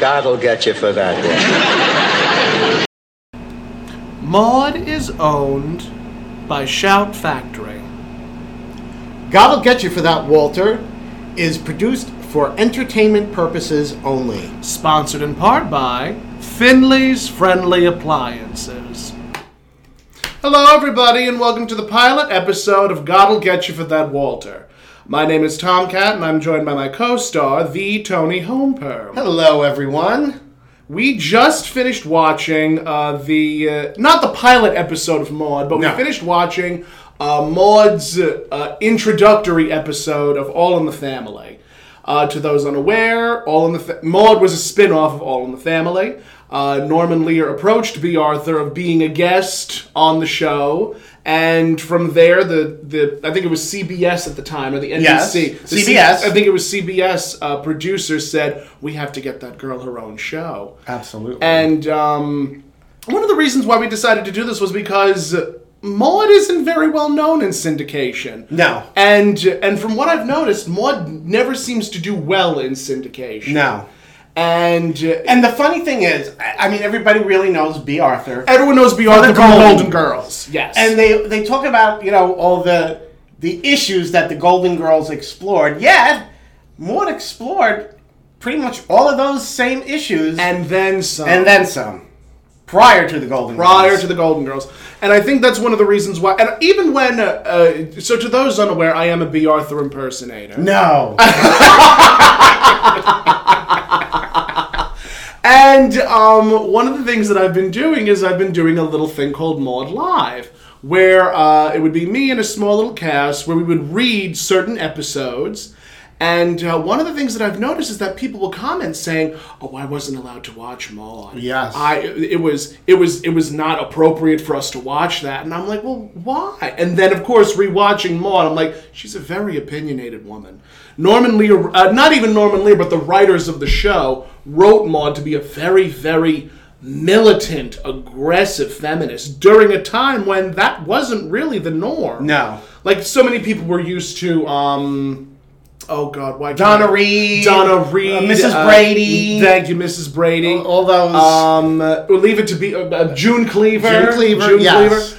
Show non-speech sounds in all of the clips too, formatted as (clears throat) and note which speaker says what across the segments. Speaker 1: God will get you for that one.
Speaker 2: Maud is owned by Shout Factory.
Speaker 3: God'll Get You for That, Walter, is produced for entertainment purposes only.
Speaker 2: Sponsored in part by Finley's Friendly Appliances. Hello, everybody, and welcome to the pilot episode of God'll Get You for That Walter. My name is Tomcat, and I'm joined by my co star, the Tony Homeperm.
Speaker 3: Hello, everyone.
Speaker 2: We just finished watching uh, the uh, not the pilot episode of Maud, but
Speaker 3: No.
Speaker 2: we finished watching uh, Maud's uh, introductory episode of All in the Family. Uh, to those unaware, All in the Fa- Maud was a spin-off of All in the Family. Uh, Norman Lear approached B. Arthur of being a guest on the show, and from there, the, the I think it was CBS at the time or the NBC.
Speaker 3: Yes,
Speaker 2: The C-
Speaker 3: CBS.
Speaker 2: I think it was CBS uh, producer said we have to get that girl her own show.
Speaker 3: Absolutely.
Speaker 2: And um, one of the reasons why we decided to do this was because Maud isn't very well known in syndication.
Speaker 3: No.
Speaker 2: And and from what I've noticed, Maud never seems to do well in syndication.
Speaker 3: No.
Speaker 2: And uh,
Speaker 3: And the funny thing is, I I mean, everybody really knows B. Arthur.
Speaker 2: everyone knows B. Arthur
Speaker 3: the
Speaker 2: from the
Speaker 3: Golden
Speaker 2: Golden Girls. Yes.
Speaker 3: And they, they talk about, you know, all the the issues that the Golden Girls explored. Yet, Maud explored pretty much all of those same issues
Speaker 2: and then some.
Speaker 3: and then some prior to the Golden
Speaker 2: prior
Speaker 3: Girls.
Speaker 2: to the Golden Girls, and I think that's one of the reasons why. And even when, uh, uh, so to those unaware, I am a B. Arthur impersonator.
Speaker 3: No.
Speaker 2: And um, one of the things that I've been doing is I've been doing a little thing called Maud Live, where uh, it would be me and a small little cast where we would read certain episodes. And uh, one of the things that I've noticed is that people will comment saying, "Oh, I wasn't allowed to watch Maud.
Speaker 3: Yes.
Speaker 2: I it was it was it was not appropriate for us to watch that." And I'm like, "Well, why?" And then of course rewatching Maud, I'm like, "She's a very opinionated woman." Norman Lear, uh, not even Norman Lear, but the writers of the show wrote Maud to be a very very militant, aggressive feminist during a time when that wasn't really the norm.
Speaker 3: (laughs) No.
Speaker 2: Like so many people were used to um oh god, why can't-
Speaker 3: Donna Reed.
Speaker 2: Donna Reed,
Speaker 3: Uh, Mrs.
Speaker 2: uh,
Speaker 3: Brady.
Speaker 2: thank you, Mrs. Brady.
Speaker 3: all those.
Speaker 2: um, uh, we'll leave it to be uh, uh, June Cleaver,
Speaker 3: June Cleaver,
Speaker 2: June
Speaker 3: yes.
Speaker 2: Cleaver,
Speaker 3: Yes,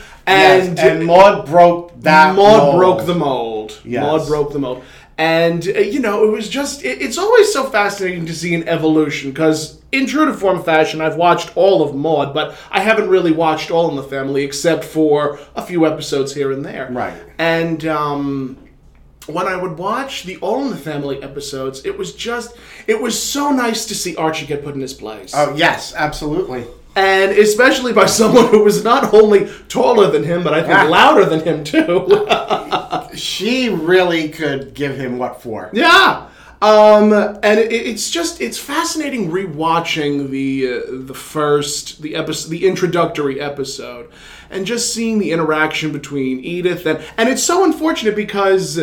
Speaker 2: and,
Speaker 3: and Maud broke that.
Speaker 2: Maud
Speaker 3: mold.
Speaker 2: broke the mold.
Speaker 3: Yes.
Speaker 2: Maud broke the mold. And, uh, you know, it was just, it, it's always so fascinating to see an evolution because, in true to form fashion, I've watched all of Maud, but I haven't really watched All in the Family except for a few episodes here and there.
Speaker 3: Right.
Speaker 2: And, um,. When I would watch the All in the Family episodes, it was just, it was so nice to see Archie get put in his place
Speaker 3: Oh yes, absolutely.
Speaker 2: and especially by someone who was not only taller than him, but I think louder than him too. (laughs)
Speaker 3: She really could give him what for.
Speaker 2: yeah, um, and it, it's just it's fascinating rewatching the uh, the first the episode the introductory episode, and just seeing the interaction between Edith and and it's so unfortunate because.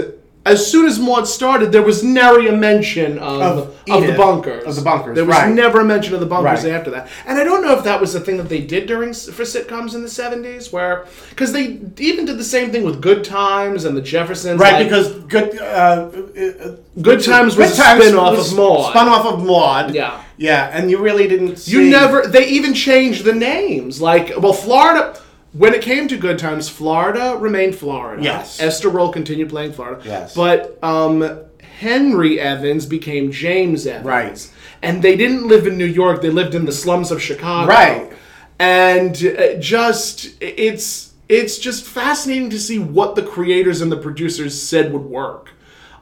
Speaker 2: As soon as Maud started, there was nary a mention
Speaker 3: Of
Speaker 2: of, of, the
Speaker 3: Edith.
Speaker 2: bunkers.
Speaker 3: Of the bunkers,
Speaker 2: There was
Speaker 3: right.
Speaker 2: never a mention of the bunkers
Speaker 3: Right.
Speaker 2: after that. And I don't know if that was the thing that they did during for sitcoms in the seventies, where because they even did the same thing with Good Times and the Jeffersons,
Speaker 3: Right,
Speaker 2: like,
Speaker 3: because good. Uh, uh,
Speaker 2: Good Times was
Speaker 3: Good Times
Speaker 2: a spin off
Speaker 3: was
Speaker 2: of Maud.
Speaker 3: Spun off of Maud.
Speaker 2: Yeah.
Speaker 3: Yeah, and you really didn't. See,
Speaker 2: You never. They even changed the names. Like, well, Florida. When it came to Good Times, Florida remained Florida.
Speaker 3: Yes.
Speaker 2: Esther Roll continued playing Florida.
Speaker 3: Yes.
Speaker 2: But um, Henry Evans became James Evans.
Speaker 3: Right.
Speaker 2: And they didn't live in New York. They lived in the slums of Chicago.
Speaker 3: Right.
Speaker 2: And uh, just it's it's just fascinating to see what the creators and the producers said would work.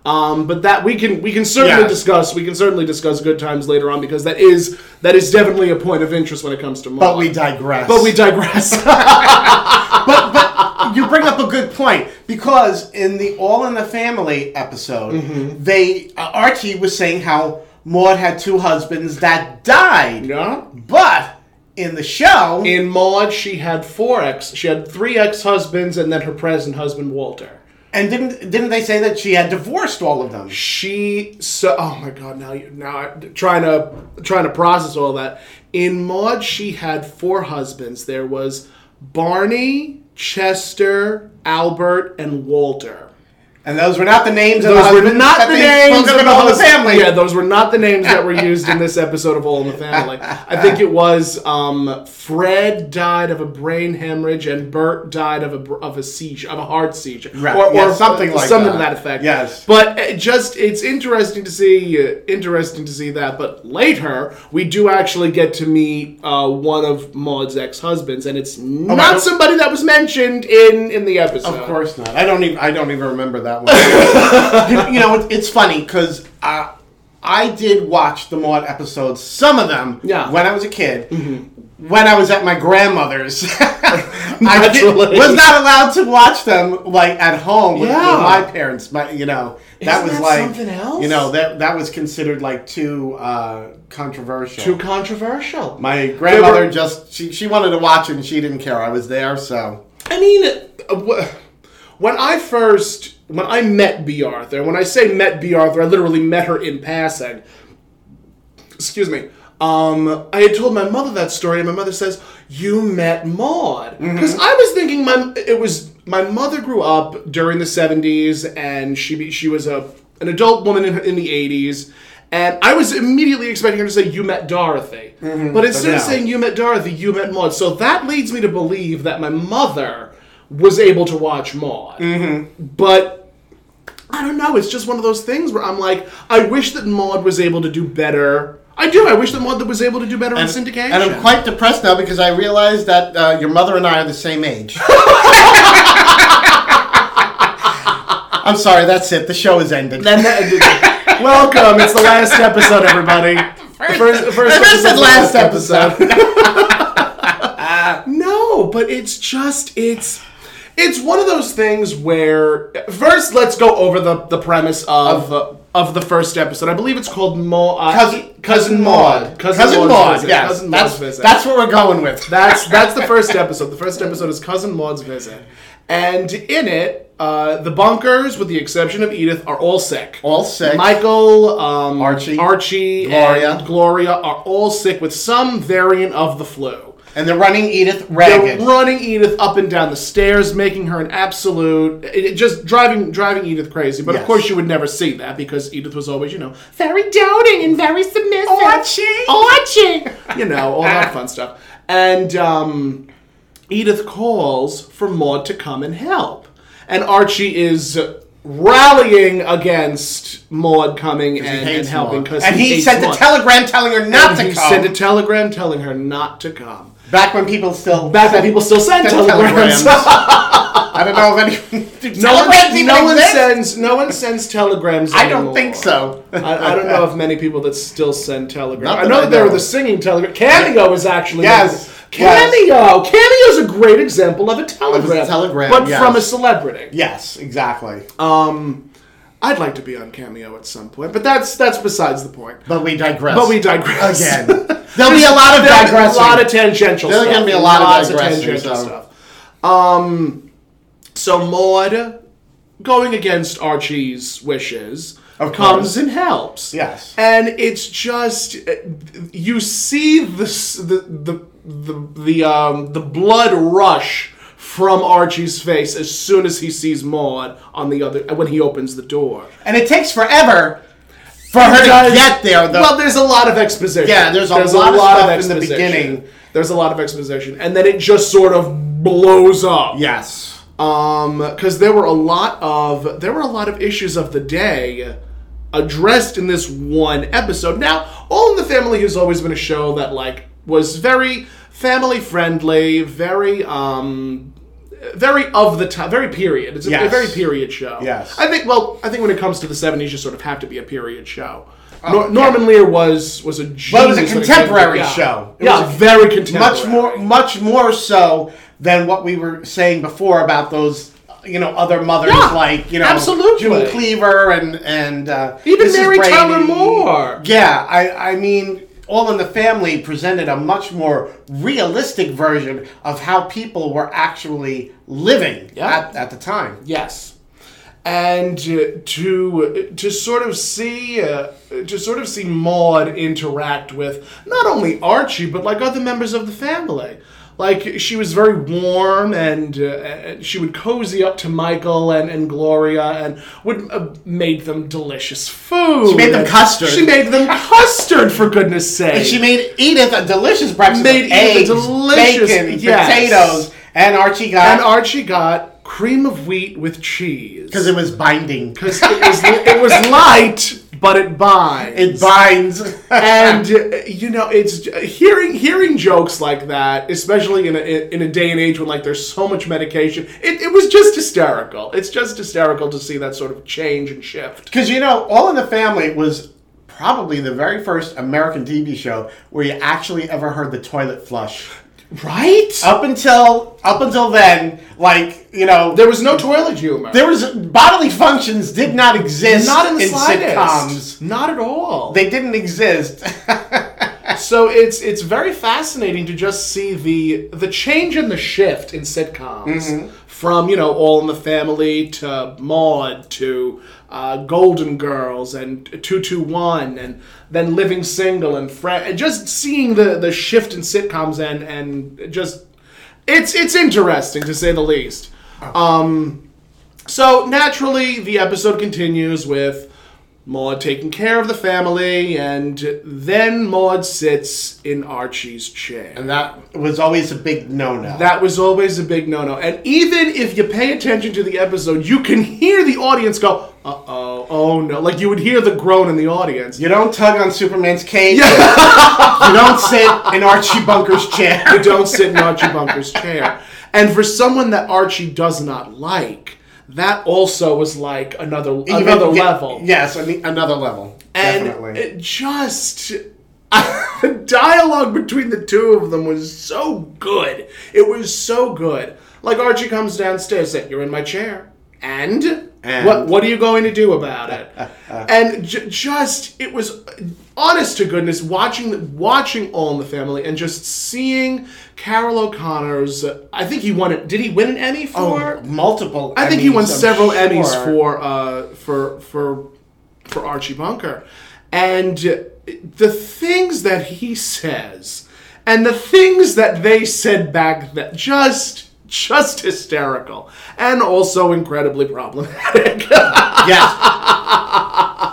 Speaker 2: Um, but that we can we can certainly
Speaker 3: Yeah.
Speaker 2: discuss we can certainly discuss good times later on because that is that is definitely a point of interest when it comes to Maud.
Speaker 3: But we digress.
Speaker 2: but we digress.
Speaker 3: (laughs)
Speaker 2: (laughs)
Speaker 3: but but you bring up a good point because in the All in the Family episode,
Speaker 2: Mm-hmm.
Speaker 3: they uh, Archie was saying how Maud had two husbands that died.
Speaker 2: yeah.
Speaker 3: But in the show,
Speaker 2: In Maud, she had four ex she had three ex husbands and then her present husband Walter.
Speaker 3: and didn't didn't they say that she had divorced all of them?
Speaker 2: she so oh my god now you now I, trying to trying to process all that in maud she had four husbands there was barney chester albert and walter
Speaker 3: and those were not the names of
Speaker 2: Those
Speaker 3: Uh, the
Speaker 2: were
Speaker 3: husbands
Speaker 2: not
Speaker 3: that
Speaker 2: the
Speaker 3: they
Speaker 2: names
Speaker 3: spoke
Speaker 2: of
Speaker 3: about
Speaker 2: all
Speaker 3: the family.
Speaker 2: Yeah, those were not the names that were used in this episode of All in the Family. I think it was um, Fred died of a brain hemorrhage and Bert died of a br- of a seizure, of a heart seizure,
Speaker 3: Right, yeah, something like
Speaker 2: something
Speaker 3: that.
Speaker 2: to that effect.
Speaker 3: Yes.
Speaker 2: but it just it's interesting to see uh, interesting to see that. But later we do actually get to meet uh, one of Maud's ex husbands, and it's not
Speaker 3: Oh, don't-
Speaker 2: somebody that was mentioned in in the episode.
Speaker 3: Of course not. I don't even. I don't even remember that one. (laughs) you, you know, it, it's funny because uh, I did watch the Maud episodes, some of them,
Speaker 2: Yeah. Mm-hmm.
Speaker 3: when I was a kid. When I was at my
Speaker 2: (laughs)
Speaker 3: grandmother's, I did-
Speaker 2: Naturally.
Speaker 3: was not allowed to watch them like at home with, with
Speaker 2: Yeah.
Speaker 3: my parents. My, you know,
Speaker 2: Isn't
Speaker 3: that was
Speaker 2: that
Speaker 3: like
Speaker 2: something else?
Speaker 3: You know that that was considered like too uh, controversial.
Speaker 2: Too controversial.
Speaker 3: my grandmother
Speaker 2: They were-
Speaker 3: just she, she wanted to watch it and she didn't care. I was there, so
Speaker 2: I mean, uh, wh- when I first, when I met B. Arthur, when I say met B. Arthur, I literally met her in passing. Excuse me. Um, I had told my mother that story, and my mother says, "You met Maud," because I was thinking my it was my mother grew up during the seventies, and she be- she was a an adult woman in, her- in the eighties, and I was immediately expecting her to say, "You met Dorothy," but instead of
Speaker 3: no.
Speaker 2: saying you met Dorothy, you met Maud. So that leads me to believe that my mother was able to watch Maud. But I don't know. It's just one of those things where I'm like, I wish that Maud was able to do better. I do. I wish that Maud was able to do better in syndication.
Speaker 3: And I'm quite depressed now because I realize that uh, your mother and I are the same
Speaker 2: (laughs)
Speaker 3: age. I'm sorry, that's it. The show is ended.
Speaker 2: And that- (laughs) welcome. It's the last episode, everybody. First, first,
Speaker 3: I just said
Speaker 2: episode's
Speaker 3: last
Speaker 2: (laughs)
Speaker 3: episode. (laughs)
Speaker 2: No, but it's just it's it's one of those things where first let's go over the the premise of of, the first episode. I believe it's called Mo, uh,
Speaker 3: Cousin, cousin Maud.
Speaker 2: Cousin, Maud's visit.
Speaker 3: yes.
Speaker 2: Cousin Maud's
Speaker 3: that's,
Speaker 2: visit.
Speaker 3: that's what we're going with.
Speaker 2: That's that's the first episode. The first episode is Cousin Maud's visit, and in it, uh, the bunkers, with the exception of Edith, are all sick.
Speaker 3: All sick.
Speaker 2: Michael, um,
Speaker 3: Archie.
Speaker 2: Archie,
Speaker 3: Gloria.
Speaker 2: and Gloria are all sick with some variant of the flu.
Speaker 3: and they're running Edith
Speaker 2: They're
Speaker 3: ragged.
Speaker 2: running Edith up and down the stairs, making her an absolute, it- it just driving driving Edith crazy. But
Speaker 3: Yes.
Speaker 2: of course, you would never see that because Edith was always, you know, very doubting and very submissive.
Speaker 3: Archie! (laughs)
Speaker 2: Archie, you know, all that fun stuff. And um, Edith calls for Maud to come and help, and Archie is rallying against Maud coming and, and
Speaker 3: hates
Speaker 2: helping
Speaker 3: Maud.
Speaker 2: because
Speaker 3: and he,
Speaker 2: hates
Speaker 3: sent a
Speaker 2: Maud.
Speaker 3: telegram telling her not
Speaker 2: And
Speaker 3: to
Speaker 2: he
Speaker 3: come.
Speaker 2: sent a telegram telling her not to come.
Speaker 3: back when people still
Speaker 2: Back then, people still send
Speaker 3: sent
Speaker 2: telegrams.
Speaker 3: I don't know if (laughs) anyone.
Speaker 2: (laughs) No one,
Speaker 3: telegrams even
Speaker 2: no one
Speaker 3: exist?
Speaker 2: sends no one sends telegrams.
Speaker 3: I don't
Speaker 2: anymore.
Speaker 3: think so.
Speaker 2: I, I don't know of many people that still send telegrams.
Speaker 3: Not
Speaker 2: I
Speaker 3: that
Speaker 2: know
Speaker 3: I
Speaker 2: that there were
Speaker 3: know.
Speaker 2: the singing telegram. Cameo is actually
Speaker 3: Yes, yes.
Speaker 2: Cameo. Cameo is a great example of a telegram.
Speaker 3: telegram,
Speaker 2: but
Speaker 3: yes.
Speaker 2: from a celebrity.
Speaker 3: (laughs) Yes, exactly.
Speaker 2: Um, I'd like to be on Cameo at some point, but that's that's besides the point.
Speaker 3: but we digress.
Speaker 2: But
Speaker 3: (laughs)
Speaker 2: we digress
Speaker 3: again. There'll be a lot of
Speaker 2: There'll be
Speaker 3: digressing.
Speaker 2: A lot of tangential.
Speaker 3: There's
Speaker 2: stuff.
Speaker 3: gonna be a lot of
Speaker 2: Lots
Speaker 3: digressing,
Speaker 2: tangential
Speaker 3: so-
Speaker 2: stuff. Um, so Maud, going against Archie's wishes,
Speaker 3: Of
Speaker 2: comes
Speaker 3: course.
Speaker 2: and helps.
Speaker 3: Yes.
Speaker 2: and it's just uh, you see this the the the the um the blood rush. From Archie's face as soon as he sees Maud on the other when he opens the door.
Speaker 3: and it takes forever for her to
Speaker 2: Does-
Speaker 3: get there. Though.
Speaker 2: Well, there's a lot of exposition.
Speaker 3: Yeah, there's a lot of stuff in the beginning.
Speaker 2: There's a lot of exposition, and then it just sort of blows up.
Speaker 3: yes.
Speaker 2: Um, because there were a lot of there were a lot of issues of the day addressed in this one episode. Now, All in the Family has always been a show that like was very family friendly, very um. Very of the time, very period. It's a, a
Speaker 3: Yes.
Speaker 2: very period show.
Speaker 3: Yes.
Speaker 2: I think. Well, I think when it comes to the seventies, you sort of have to be a period show. Nor- Norman Lear was was a genius
Speaker 3: But Oh, it was a
Speaker 2: when came to-
Speaker 3: contemporary
Speaker 2: yeah.
Speaker 3: show. It
Speaker 2: yeah,
Speaker 3: was a-
Speaker 2: very contemporary.
Speaker 3: much more, much more so than what we were saying before about those, you know, other mothers
Speaker 2: Yeah,
Speaker 3: like you know,
Speaker 2: absolutely.
Speaker 3: June Cleaver and and uh,
Speaker 2: Even
Speaker 3: Mrs.
Speaker 2: Mary
Speaker 3: Brady.
Speaker 2: Tyler Moore.
Speaker 3: Yeah, I I mean. All in the Family presented a much more realistic version of how people were actually living
Speaker 2: Yeah.
Speaker 3: at, at the time.
Speaker 2: Yes. And uh, to to sort of see uh, to sort of see Maud interact with not only Archie but like other members of the family. Like she was very warm, and uh, uh, she would cozy up to Michael and, and Gloria, and would uh, made them delicious food. She
Speaker 3: made them custard.
Speaker 2: She made them custard for goodness sake.
Speaker 3: And she made Edith a delicious breakfast.
Speaker 2: Made
Speaker 3: with
Speaker 2: Edith
Speaker 3: eggs,
Speaker 2: a delicious-
Speaker 3: bacon,
Speaker 2: yes.
Speaker 3: potatoes, and Archie
Speaker 2: and
Speaker 3: got
Speaker 2: Archie got cream of wheat with
Speaker 3: (laughs)
Speaker 2: cheese
Speaker 3: because it was binding.
Speaker 2: because it was (laughs) it was light, but it binds.
Speaker 3: It binds.
Speaker 2: (laughs) and uh, you know it's uh, hearing hearing jokes like that especially in a, in a day and age when like there's so much medication it, it was just hysterical it's just hysterical to see that sort of change and shift
Speaker 3: Because you know, All in the Family was probably the very first American TV show where you actually ever heard the toilet flush.
Speaker 2: right
Speaker 3: Up until up until then, like you know,
Speaker 2: there was no toilet humor
Speaker 3: there was bodily functions did not exist
Speaker 2: not in the slightest
Speaker 3: sitcoms.
Speaker 2: not at all
Speaker 3: They didn't exist. (laughs)
Speaker 2: so it's it's very fascinating to just see the the change and the shift in sitcoms from you know All in the Family to Maude to uh, Golden Girls and Two Two One and then Living Single and Fre- and just seeing the the shift in sitcoms and and just it's it's interesting to say the least. So naturally, the episode continues with Maud taking care of the family, and then Maud sits in Archie's chair.
Speaker 3: and that was always a big no-no.
Speaker 2: That was always a big no no. And even if you pay attention to the episode, you can hear the audience go, uh oh, oh no. Like you would hear the groan in the audience.
Speaker 3: you don't tug on Superman's cape. (laughs) you don't sit in Archie Bunker's chair.
Speaker 2: You don't sit in Archie Bunker's chair. And for someone that Archie does not like, that also was like another another
Speaker 3: Even-
Speaker 2: level.
Speaker 3: Yes, I mean, another level.
Speaker 2: and
Speaker 3: definitely.
Speaker 2: it just (laughs) the dialogue between the two of them was so good. It was so good. Like Archie comes downstairs, said, "You're in my chair," and,
Speaker 3: And?
Speaker 2: what what are you going to do about
Speaker 3: (laughs)
Speaker 2: it? and j- just it was honest to goodness watching watching All in the Family and just seeing Carol O'Connor's. I think he won it. Did he win an Emmy for?
Speaker 3: Oh, multiple.
Speaker 2: I think he won
Speaker 3: Emmys, I'm
Speaker 2: several
Speaker 3: sure.
Speaker 2: Emmys for uh, for for for Archie Bunker, and uh, the things that he says, and the things that they said back then, just just hysterical, and also incredibly problematic.
Speaker 3: (laughs) Yes.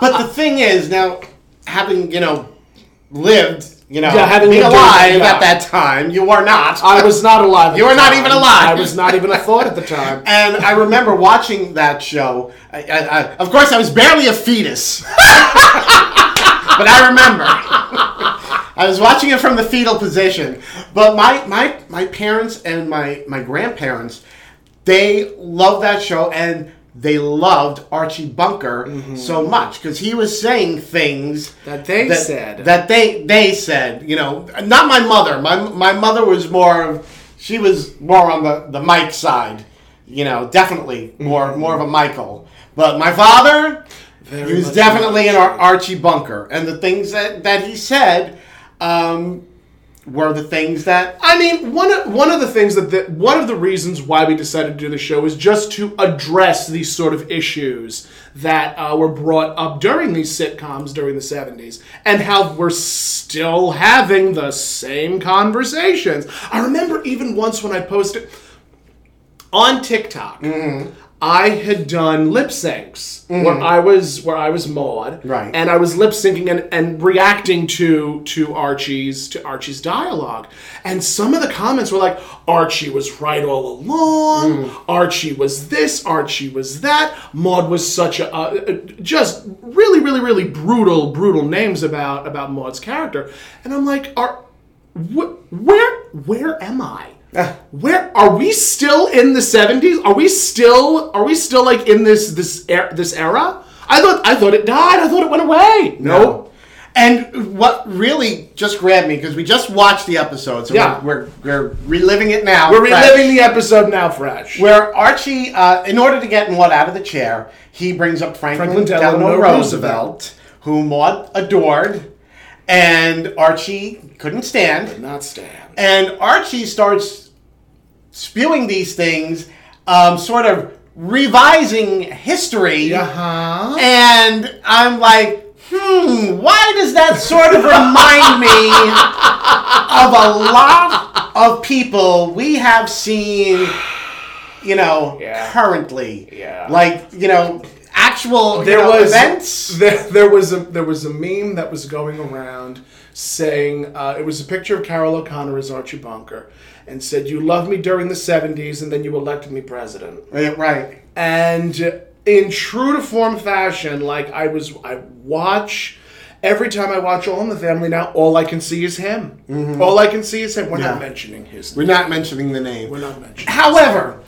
Speaker 2: (laughs)
Speaker 3: but the thing is, now having you know lived, you know,
Speaker 2: Yeah, having
Speaker 3: being
Speaker 2: lived
Speaker 3: alive
Speaker 2: during- yeah.
Speaker 3: at that time, you are not.
Speaker 2: I was not alive. at
Speaker 3: You
Speaker 2: the
Speaker 3: were not
Speaker 2: time.
Speaker 3: even alive.
Speaker 2: I was not even a thought at the time.
Speaker 3: and I remember watching that show. I, I, I, of course, I was barely a fetus, (laughs) but I remember. I was watching it from the fetal position. But my my my parents and my my grandparents, they loved that show and they loved Archie Bunker so much because he was saying things
Speaker 2: Mm-hmm. That they said.
Speaker 3: that they they said. You know, not my mother. My my mother was more of she was more on the the Mike side. You know, definitely more
Speaker 2: Mm-hmm.
Speaker 3: more of a Michael. But my father, he was
Speaker 2: much
Speaker 3: definitely an Ar- Archie Bunker, and the things that that he said. Um, were the things that
Speaker 2: I mean, one of, one of the things that the, one of the reasons why we decided to do the show is just to address these sort of issues that uh, were brought up during these sitcoms during the '70s, and how we're still having the same conversations. I remember even once when I posted on TikTok. I had done lip syncs where I was where I was Maud,
Speaker 3: Right.
Speaker 2: And I was lip syncing and, and reacting to to Archie's to Archie's dialogue, and some of the comments were like, "Archie was right all along. Archie was this. Archie was that. Maud was such a uh, uh, just really, really, really brutal, brutal names about about Maud's character." And I'm like, "Are wh- where where am I?" Where are we still in the seventies? Are we still are we still like in this this er- this era? I thought I thought it died. I thought it went away. No,
Speaker 3: And what really just grabbed me because we just watched the episode, so
Speaker 2: Yeah.
Speaker 3: we're, we're we're reliving it now.
Speaker 2: we're
Speaker 3: fresh.
Speaker 2: reliving the episode now, fresh.
Speaker 3: Where Archie, uh, in order to get Maud out of the chair, he brings up Franklin,
Speaker 2: Franklin
Speaker 3: Delano,
Speaker 2: Delano
Speaker 3: Roosevelt,
Speaker 2: Roosevelt,
Speaker 3: who Maud adored, and Archie couldn't stand.
Speaker 2: Not stand.
Speaker 3: And Archie starts spewing these things, um, sort of revising history.
Speaker 2: Uh-huh.
Speaker 3: And I'm like, hmm, why does that sort of remind me of a lot of people we have seen, you know,
Speaker 2: Yeah.
Speaker 3: currently.
Speaker 2: Yeah.
Speaker 3: Like, you know, actual
Speaker 2: there
Speaker 3: you know,
Speaker 2: was
Speaker 3: events.
Speaker 2: There, there was a there was a meme that was going around saying uh, it was a picture of Carol O'Connor as Archie Bunker, and said, "You loved me during the '70s, and then you elected me president."
Speaker 3: Yeah, right.
Speaker 2: And in true to form fashion, like I was, I watch. Every time I watch All in the Family now, all I can see is him. All I can see is him. We're not
Speaker 3: Mm-hmm. Yeah.
Speaker 2: mentioning his.
Speaker 3: We're
Speaker 2: name.
Speaker 3: not mentioning the name.
Speaker 2: We're not mentioning.
Speaker 3: (laughs) However,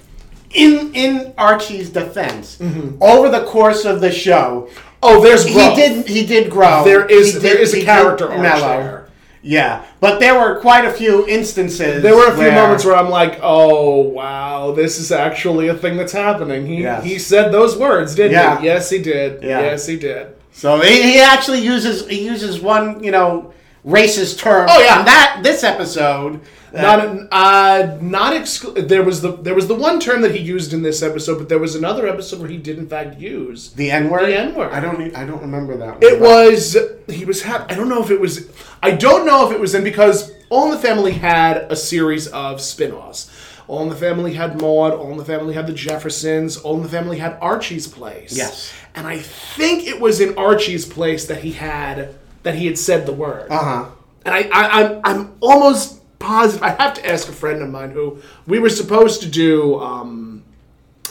Speaker 3: in in Archie's defense,
Speaker 2: Mm-hmm.
Speaker 3: over the course of the show,
Speaker 2: Oh, there's
Speaker 3: he
Speaker 2: growth.
Speaker 3: did he did grow.
Speaker 2: There is-
Speaker 3: he
Speaker 2: there is a
Speaker 3: he
Speaker 2: character arc there.
Speaker 3: Yeah, but there were quite a few instances.
Speaker 2: There were a few moments where I'm like, "Oh wow, this is actually a thing that's happening." He
Speaker 3: Yes.
Speaker 2: he said those words, didn't
Speaker 3: Yeah.
Speaker 2: he? Yes, he did.
Speaker 3: Yeah.
Speaker 2: Yes, he did.
Speaker 3: so he, he actually uses he uses one you know racist term.
Speaker 2: Oh, yeah.
Speaker 3: in that this episode.
Speaker 2: Not uh, not exclu- there was the there was the one term that he used in this episode, but there was another episode where he did in fact use
Speaker 3: the N word.
Speaker 2: the N-word.
Speaker 3: I don't. e- I don't remember that.
Speaker 2: It
Speaker 3: one.
Speaker 2: was he was hap- I don't know if it was I don't know if it was in because All in the Family had a series of spin-offs. All in the Family had Maude, All in the Family had the Jeffersons, All in the Family had Archie's Place.
Speaker 3: Yes.
Speaker 2: And I think it was in Archie's Place that he had that he had said the word.
Speaker 3: Uh-huh.
Speaker 2: And I, I I'm I'm almost positive I have to ask a friend of mine who we were supposed to do um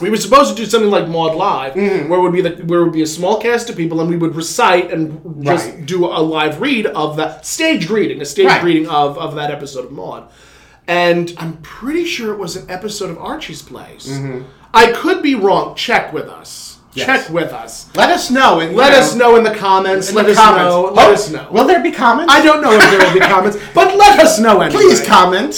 Speaker 2: we were supposed to do something like Maud Live,
Speaker 3: Mm-hmm.
Speaker 2: where would be the where would be a small cast of people, and we would recite and just
Speaker 3: Right.
Speaker 2: do a live read of the stage reading, a stage
Speaker 3: Right.
Speaker 2: reading of of that episode of Maud. And I'm pretty sure it was an episode of Archie's Place.
Speaker 3: Mm-hmm.
Speaker 2: I could be wrong. Check with us. Check with us.
Speaker 3: Let us know and
Speaker 2: Let
Speaker 3: you
Speaker 2: us know in the comments.
Speaker 3: in
Speaker 2: let
Speaker 3: the
Speaker 2: us
Speaker 3: comments.
Speaker 2: know. Let
Speaker 3: Oh,
Speaker 2: us know.
Speaker 3: Will there be comments?
Speaker 2: I don't know if there will be comments, but let us know anyway.
Speaker 3: (laughs)
Speaker 2: Oh.
Speaker 3: Please comment.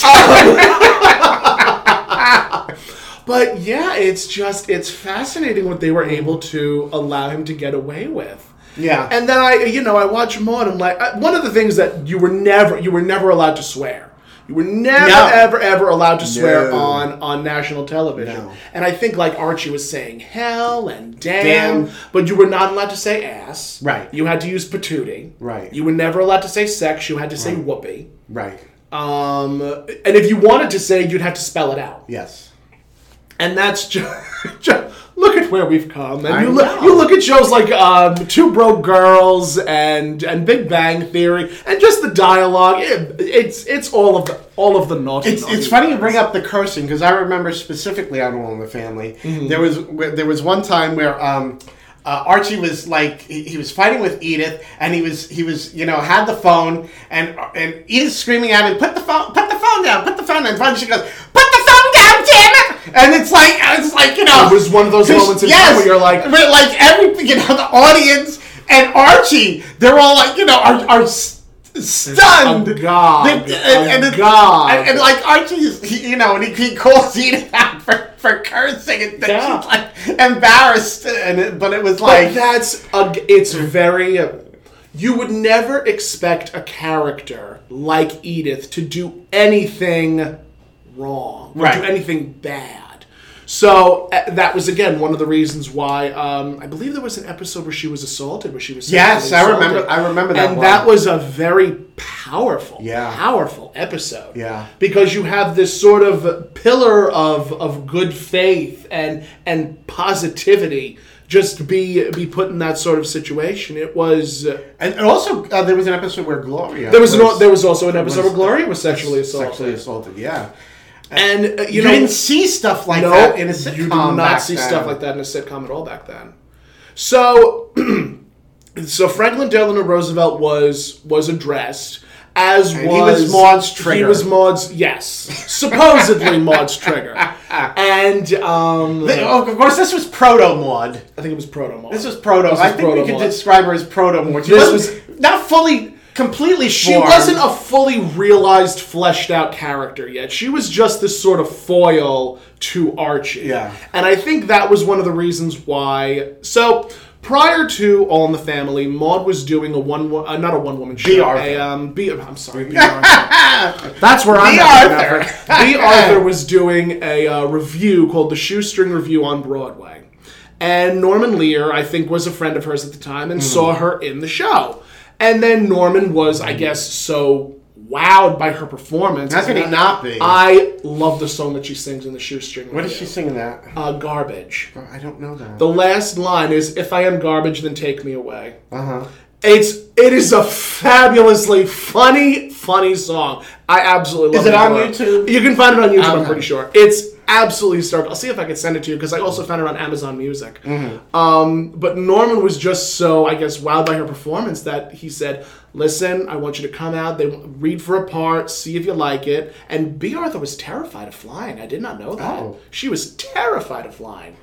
Speaker 2: But yeah, it's just it's fascinating what they were able to allow him to get away with.
Speaker 3: Yeah.
Speaker 2: And then I, you know, I watch Maud. I'm like, I, one of the things that you were never, you were never allowed to swear. You were never,
Speaker 3: No.
Speaker 2: ever, ever allowed to swear
Speaker 3: No.
Speaker 2: on on national television.
Speaker 3: No.
Speaker 2: And I think like Archie was saying hell and damn,
Speaker 3: Damn.
Speaker 2: but you were not allowed to say ass.
Speaker 3: Right.
Speaker 2: You had to use patootie.
Speaker 3: Right.
Speaker 2: You were never allowed to say sex. You had to say whoopee.
Speaker 3: right.
Speaker 2: Um, and if you wanted to say, you'd have to spell it out.
Speaker 3: Yes.
Speaker 2: And that's (laughs) just, look at where we've come. And
Speaker 3: I
Speaker 2: you look,
Speaker 3: know.
Speaker 2: you look at shows like um, Two Broke Girls and and Big Bang Theory, and just the dialogue. It, it's it's all of the all of the naughty.
Speaker 3: It's,
Speaker 2: naughty
Speaker 3: it's funny you bring up the cursing because I remember specifically on All in the Family
Speaker 2: Mm-hmm.
Speaker 3: there was where- there was one time where um, uh, Archie was like he, he was fighting with Edith and he was he was you know had the phone and and Edith screaming at him put the phone put the phone down put the phone down finally she goes put the phone down damn it and it's like it's like you know
Speaker 2: It was one of those
Speaker 3: 'cause-
Speaker 2: moments in time where you're like-
Speaker 3: but like every you know the audience and Archie they're all like you know are are. s-
Speaker 2: oh,
Speaker 3: Stunned,
Speaker 2: agog,
Speaker 3: They-
Speaker 2: Oh,
Speaker 3: and, and, it's-
Speaker 2: agog.
Speaker 3: and- and like Archie's, he, you know, and he, he calls (laughs) Edith out for, for cursing, and then
Speaker 2: Yeah.
Speaker 3: she's (laughs) like embarrassed, and it, but it was
Speaker 2: But
Speaker 3: like
Speaker 2: that's a, it's very. You would never expect a character like Edith to do anything wrong, or
Speaker 3: Right.
Speaker 2: do anything bad. So uh, that was again one of the reasons why um, I believe there was an episode where she was assaulted, where she was sexually
Speaker 3: Yes, I remember-
Speaker 2: assaulted.
Speaker 3: I remember that
Speaker 2: and
Speaker 3: one.
Speaker 2: that was a very powerful,
Speaker 3: Yeah.
Speaker 2: powerful episode.
Speaker 3: Yeah.
Speaker 2: because you have this sort of pillar of of good faith and and positivity just be be put in that sort of situation. It was uh,
Speaker 3: and, and also uh, there was an episode where Gloria
Speaker 2: there was, an, there was also an episode where
Speaker 3: was-
Speaker 2: Gloria was sexually assaulted,
Speaker 3: sexually assaulted, yeah.
Speaker 2: and uh, you,
Speaker 3: You,
Speaker 2: know
Speaker 3: didn't see stuff like
Speaker 2: no,
Speaker 3: that in a sitcom.
Speaker 2: you did not
Speaker 3: back
Speaker 2: see
Speaker 3: then.
Speaker 2: stuff like that in a sitcom at all back then. So, (clears throat) so Franklin Delano Roosevelt was was addressed as
Speaker 3: And he
Speaker 2: was
Speaker 3: was Maud's
Speaker 2: He
Speaker 3: trigger.
Speaker 2: was Maud's yes, supposedly Maud's
Speaker 3: (laughs)
Speaker 2: trigger, and um,
Speaker 3: Th- oh, of course, this was proto mod.
Speaker 2: I think it was Proto Maud.
Speaker 3: This was proto. I think we
Speaker 2: proto
Speaker 3: could
Speaker 2: mod.
Speaker 3: describe her as proto mod. She
Speaker 2: This
Speaker 3: wasn't not fully, completely.
Speaker 2: she wasn't a fully realized, fleshed out character yet. She was just this sort of foil to Archie.
Speaker 3: Yeah.
Speaker 2: And I think that was one of the reasons why. So, prior to All in the Family, Maud was doing a one, wo- uh, not a one woman show.
Speaker 3: Arthur.
Speaker 2: A, um, B, I'm sorry, B. Arthur. That's where I'm
Speaker 3: B.
Speaker 2: at right
Speaker 3: Arthur.
Speaker 2: now.
Speaker 3: (laughs)
Speaker 2: B. Arthur was doing a uh, review called The Shoestring Review on Broadway. And Norman Lear, I think, was a friend
Speaker 3: Mm-hmm.
Speaker 2: of hers at the time and saw her in the show. And then Norman was, I guess, so wowed by her performance.
Speaker 3: Mm-hmm. How could he
Speaker 2: And I-
Speaker 3: not be?
Speaker 2: I love the song that she sings in the shoestring.
Speaker 3: What is she
Speaker 2: video.
Speaker 3: singing that?
Speaker 2: Uh, garbage.
Speaker 3: I don't know that.
Speaker 2: The last line is, "If I am garbage, then take me away."
Speaker 3: Uh huh.
Speaker 2: It's it is a fabulously funny, funny song. I absolutely love
Speaker 3: Is it on
Speaker 2: Laura.
Speaker 3: YouTube?
Speaker 2: You can find it on YouTube. I'm
Speaker 3: Okay.
Speaker 2: pretty sure it's absolutely stark. I'll see if I can send it to you because I also found it on Amazon Music.
Speaker 3: Mm-hmm.
Speaker 2: Um, but Norman was just so I guess wowed by her performance that he said, "Listen, I want you to come out. They read for a part, see if you like it." And B. Arthur was terrified of flying. I did not know that.
Speaker 3: Oh.
Speaker 2: She was terrified of flying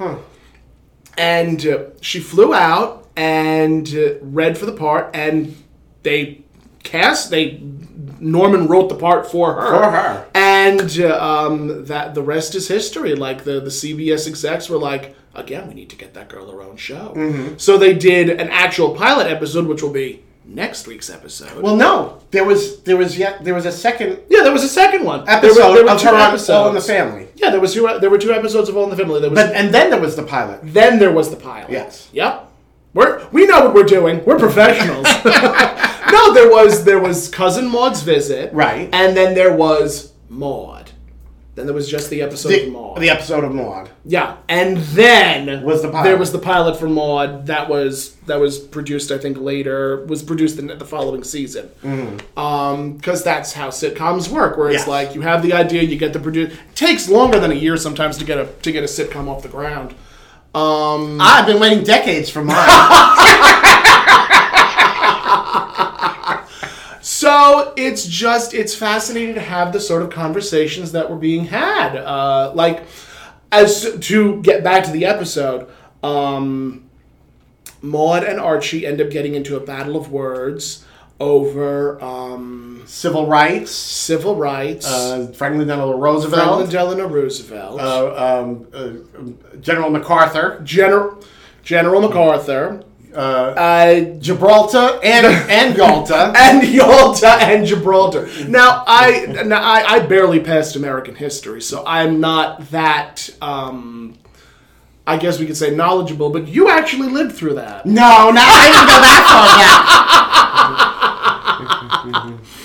Speaker 2: and uh, she flew out and uh, read for the part and they cast they norman wrote the part for her
Speaker 3: For her.
Speaker 2: and uh, um, that the rest is history like the, the cbs execs were like again we need to get that girl her own show
Speaker 3: Mm-hmm.
Speaker 2: so they did an actual pilot episode which will be next week's episode
Speaker 3: Well, no, there was there was yet there was a second
Speaker 2: yeah there was a second one There were-
Speaker 3: episode
Speaker 2: there were
Speaker 3: of
Speaker 2: two
Speaker 3: her on
Speaker 2: episodes.
Speaker 3: All in the Family,
Speaker 2: yeah there was two there were two episodes of all in the family there was
Speaker 3: but and then there was the pilot.
Speaker 2: Then there was the pilot.
Speaker 3: Yes.
Speaker 2: Yep. We're we know what we're doing. We're
Speaker 3: (laughs)
Speaker 2: professionals. (laughs) no, there was there was cousin Maud's visit.
Speaker 3: Right.
Speaker 2: And then there was Maud. Then there was just the episode
Speaker 3: The,
Speaker 2: of Maud.
Speaker 3: the episode of Maud.
Speaker 2: yeah. And then
Speaker 3: Was the pilot.
Speaker 2: There was the pilot for Maud that was that was produced I think later was produced in the following season. Um, because that's how sitcoms work, where it's
Speaker 3: Mm-hmm. Yes.
Speaker 2: like you have the idea, you get the produce. Takes longer than a year sometimes to get a to get a sitcom off the ground. Mm.
Speaker 3: Ah, I've been waiting decades for
Speaker 2: (laughs)
Speaker 3: mine.
Speaker 2: So it's just it's fascinating to have the sort of conversations that were being had. Uh, like, as to get back to the episode, um, Maud and Archie end up getting into a battle of words over um,
Speaker 3: Civil rights.
Speaker 2: civil rights.
Speaker 3: Uh, Franklin Delano
Speaker 2: Franklin
Speaker 3: Roosevelt.
Speaker 2: Delano Roosevelt,
Speaker 3: uh, um, uh, General MacArthur.
Speaker 2: General General MacArthur,
Speaker 3: Uh,
Speaker 2: uh,
Speaker 3: Gibraltar
Speaker 2: (laughs)
Speaker 3: and and Galta.
Speaker 2: and Yalta and Gibraltar. Now I now I, I barely passed American history, so I'm not that um, I guess we could say knowledgeable. But you actually lived through that.
Speaker 3: No, no, I didn't go that
Speaker 2: (laughs)
Speaker 3: far back.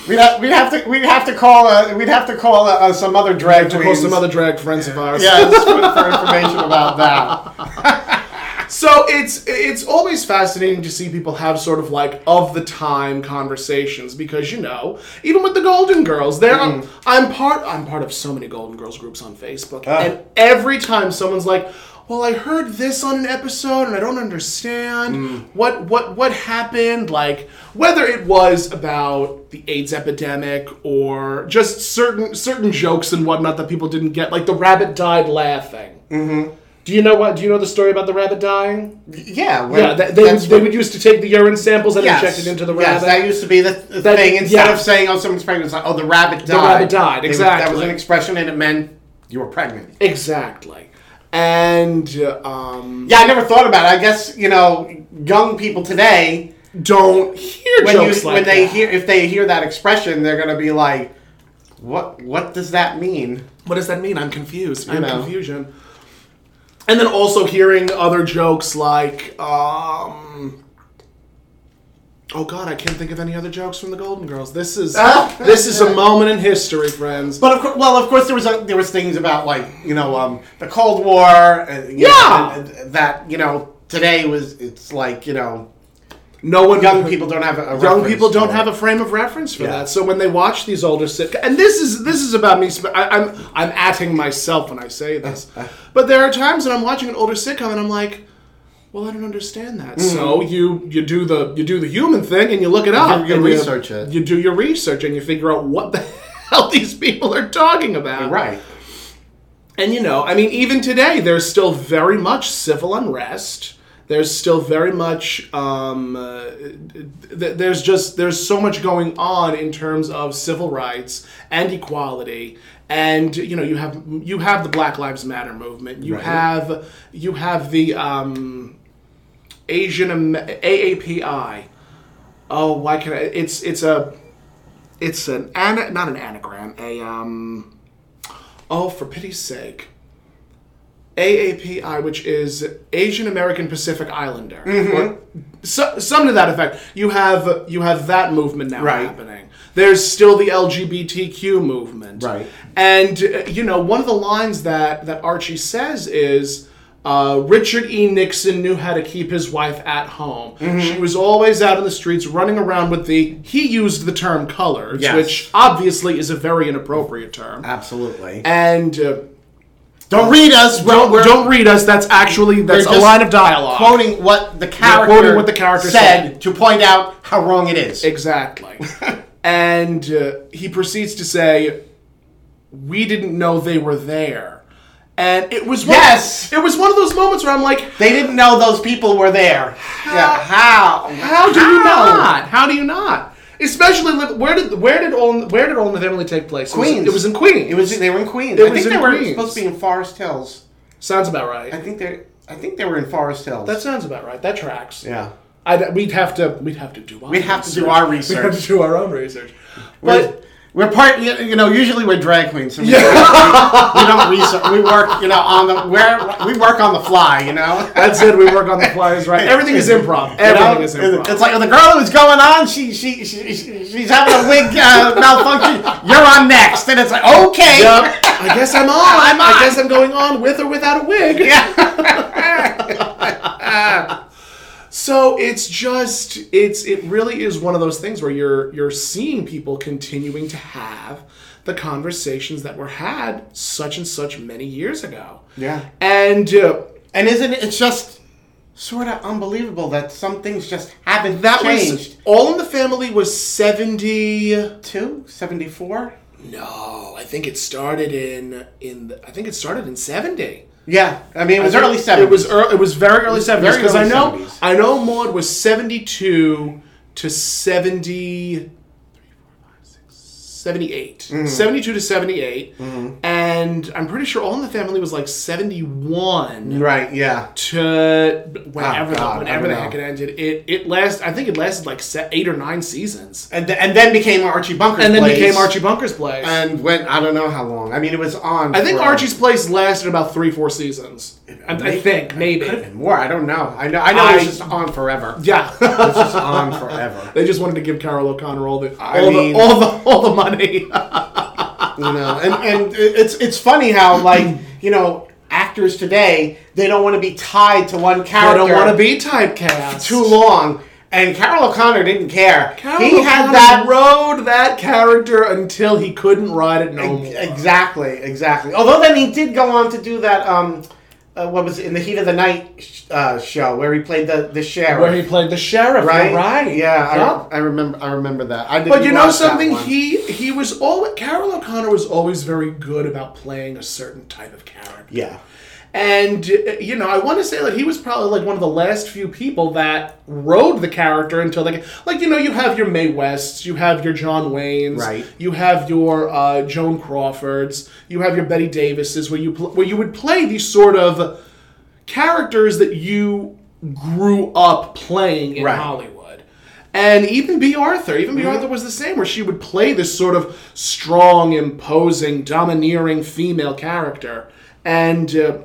Speaker 3: We'd have, we'd have to we'd have to call uh, we'd have to call uh, uh, some other drag
Speaker 2: Of
Speaker 3: queens.
Speaker 2: course, some other drag friends of ours.
Speaker 3: yes for, for information about that.
Speaker 2: So it's it's always fascinating to see people have sort of like of the time conversations because you know even with the Golden Girls there are I'm part I'm part of so many Golden Girls groups on Facebook and every time someone's like well I heard this on an episode and I don't understand what what what happened like whether it was about the AIDS epidemic or just certain certain jokes and whatnot that people didn't get like the rabbit died laughing. Do you know what? Do you know the story about the rabbit dying?
Speaker 3: Yeah, when-
Speaker 2: Yeah, that, they,
Speaker 3: that's
Speaker 2: they
Speaker 3: what-
Speaker 2: would used to take the urine samples and
Speaker 3: yes,
Speaker 2: inject it into the
Speaker 3: yes,
Speaker 2: rabbit.
Speaker 3: that used to be the, the
Speaker 2: That-
Speaker 3: thing. Instead
Speaker 2: yeah.
Speaker 3: of saying "oh, someone's pregnant," it's like "oh, the rabbit died."
Speaker 2: rabbit died,
Speaker 3: They would- that was
Speaker 2: exactly.
Speaker 3: an expression, and it meant you were pregnant.
Speaker 2: exactly. And uh, um,
Speaker 3: Yeah, I never thought about it. I guess you know, young people today
Speaker 2: don't hear
Speaker 3: when
Speaker 2: jokes
Speaker 3: you,
Speaker 2: like
Speaker 3: when they
Speaker 2: that.
Speaker 3: hear if they hear that expression, they're gonna be like, "What? What does that mean?"
Speaker 2: What does that mean? I'm confused. I'm
Speaker 3: know.
Speaker 2: confusion. And then also hearing other jokes like, um, oh God, I can't think of any other jokes from the Golden Girls. This is
Speaker 3: Ah.
Speaker 2: this is a moment in history, friends.
Speaker 3: But of course, well, of course, there was uh there was things about like you know um, the Cold War, uh, you know,
Speaker 2: Yeah.
Speaker 3: and- and that you know today was it's like you know
Speaker 2: no one
Speaker 3: young people don't have a, a
Speaker 2: young
Speaker 3: reference
Speaker 2: people don't
Speaker 3: to it.
Speaker 2: have a frame of reference for
Speaker 3: Yeah.
Speaker 2: that. So when they watch these older sitcoms, and this is this is about me. sp- I, am I'm atting myself when I say
Speaker 3: (laughs)
Speaker 2: this, but there are times that I'm watching an older sitcom and I'm like, well, I don't understand that.
Speaker 3: Mm.
Speaker 2: So you you do the you do the human thing and you look it up.
Speaker 3: you
Speaker 2: and
Speaker 3: research it.
Speaker 2: You do your research and you figure out what the (laughs) hell these people are talking about.
Speaker 3: right.
Speaker 2: And you know, I mean, even today, there's still very much civil unrest. There's still very much. Um, uh, th- there's just there's so much going on in terms of civil rights and equality. And you know, you have you have the Black Lives Matter movement. You
Speaker 3: Right.
Speaker 2: have you have the um, Asian Am- AAPI. Oh, why can I? It's it's a it's an ana- not an anagram. A um. Oh, for pity's sake. AAPI, which is Asian American Pacific Islander, or so, some to that effect. You have you have that movement now
Speaker 3: Right.
Speaker 2: happening. There's still the LGBTQ movement,
Speaker 3: Right.
Speaker 2: And uh, you know, one of the lines that that Archie says is. Uh, Richard E. Nixon knew how to keep his wife at home.
Speaker 3: Mm-hmm.
Speaker 2: She was always out in the streets running around with the. He used the term colors,
Speaker 3: Yes.
Speaker 2: which obviously is a very inappropriate term.
Speaker 3: Absolutely.
Speaker 2: And uh,
Speaker 3: Don't read us. Well,
Speaker 2: don't,
Speaker 3: we're
Speaker 2: don't read us. That's actually that's a
Speaker 3: just
Speaker 2: line of dialogue.
Speaker 3: quoting what the character
Speaker 2: quoting what the character
Speaker 3: said,
Speaker 2: said.
Speaker 3: to point out how wrong it is. (laughs)
Speaker 2: Exactly. and uh, he proceeds to say, "We didn't know they were there," and it was one,
Speaker 3: Yes!
Speaker 2: It was one of those moments where I'm like,
Speaker 3: they didn't know those people were there. How? Yeah, how?
Speaker 2: "How do you not? How do you not?" Especially li- where did where did all where did all in the family take place? It was-
Speaker 3: Queens.
Speaker 2: It was, in Queens.
Speaker 3: It was. They were in Queens.
Speaker 2: It
Speaker 3: I
Speaker 2: was
Speaker 3: think
Speaker 2: in
Speaker 3: they were
Speaker 2: Queens.
Speaker 3: supposed to be in Forest Hills.
Speaker 2: sounds about right.
Speaker 3: I think they. I think they were in Forest Hills.
Speaker 2: that sounds about right. That tracks.
Speaker 3: yeah.
Speaker 2: I'd, we'd have to we'd have to do our
Speaker 3: We'd have to do our research.
Speaker 2: (laughs) We'd have to do our own research.
Speaker 3: (laughs)
Speaker 2: But
Speaker 3: But we're part. You you know, usually we're drag queens. So we, we don't research. We work. You know, on the where we work on the fly. You know.
Speaker 2: That's it. We work on the flyers, right? Everything is improv.
Speaker 3: You know?
Speaker 2: Everything is improv.
Speaker 3: It's like the girl who's going on. She she, she, she she's having a wig uh, malfunction. You're on next, and it's like okay. (laughs)
Speaker 2: Yep. I guess I'm on.
Speaker 3: I'm
Speaker 2: I
Speaker 3: on.
Speaker 2: guess I'm going on with or without a wig. So it's just it's it really is one of those things where you're you're seeing people continuing to have the conversations that were had such and such many years ago.
Speaker 3: Yeah.
Speaker 2: And uh,
Speaker 3: And isn't it? It's just sort of unbelievable that some things just haven't
Speaker 2: that was
Speaker 3: changed.
Speaker 2: All in the Family was 70
Speaker 3: Two seventy four.
Speaker 2: No, I think it started in in the, I think it started in 70.
Speaker 3: Yeah, I mean it was early
Speaker 2: It was
Speaker 3: seventies.
Speaker 2: early, it was very early seventies
Speaker 3: very
Speaker 2: because I
Speaker 3: early
Speaker 2: know
Speaker 3: 70s.
Speaker 2: I know Maud was seventy two to 70, 78.
Speaker 3: Mm-hmm.
Speaker 2: 72 to seventy and I'm pretty sure All in the Family was like seventy one
Speaker 3: Right. Yeah.
Speaker 2: to whenever
Speaker 3: Oh, God,
Speaker 2: the,
Speaker 3: I
Speaker 2: whenever
Speaker 3: don't
Speaker 2: the
Speaker 3: know.
Speaker 2: heck it ended. It it last I think it lasted like se- eight or nine seasons,
Speaker 3: And, th- and then became Archie Bunker's
Speaker 2: and then
Speaker 3: Place,
Speaker 2: became Archie Bunker's place.
Speaker 3: and went I don't know how long. I mean it was on.
Speaker 2: I think
Speaker 3: for-
Speaker 2: Archie's place lasted about three four seasons. I, I think maybe.
Speaker 3: and more. I don't know. I know. I know it
Speaker 2: I-
Speaker 3: was just on forever.
Speaker 2: (laughs) Yeah.
Speaker 3: It was just on forever.
Speaker 2: They just wanted to give Carol O'Connor all the
Speaker 3: I
Speaker 2: all,
Speaker 3: mean-
Speaker 2: the, all the all the money. (laughs)
Speaker 3: you know and and it- it's it's funny how like you know actors today they don't want to be tied to one
Speaker 2: I
Speaker 3: character
Speaker 2: don't want to be typecast
Speaker 3: too long and carol o'connor didn't care
Speaker 2: Carol
Speaker 3: he had
Speaker 2: O'Connor
Speaker 3: that
Speaker 2: rode that character until he couldn't ride it no more.
Speaker 3: exactly exactly although then he did go on to do that um uh, what was it, in the heat of the night sh- uh, show where he played the the sheriff
Speaker 2: Where he played the sheriff, you're
Speaker 3: right
Speaker 2: right?
Speaker 3: yeah,
Speaker 2: Yup.
Speaker 3: I, I remember I remember that I
Speaker 2: But you know something? He he was always Carol O'Connor was always very good about playing a certain type of character.
Speaker 3: yeah
Speaker 2: And uh, you know, I want to say that he was probably like one of the last few people that rode the character until they like you know you have your Mae Wests, you have your John Waynes,
Speaker 3: Right.
Speaker 2: You have your uh, Joan Crawfords, you have your Betty Davises, where you pl- where you would play these sort of characters that you grew up playing in
Speaker 3: Right. Mm-hmm.
Speaker 2: Hollywood. And even B. Arthur, even B. Arthur was the same, where she would play this sort of strong, imposing, domineering female character. And uh,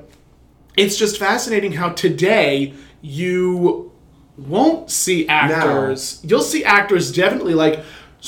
Speaker 2: it's just fascinating how today you won't see actors. You'll see actors definitely like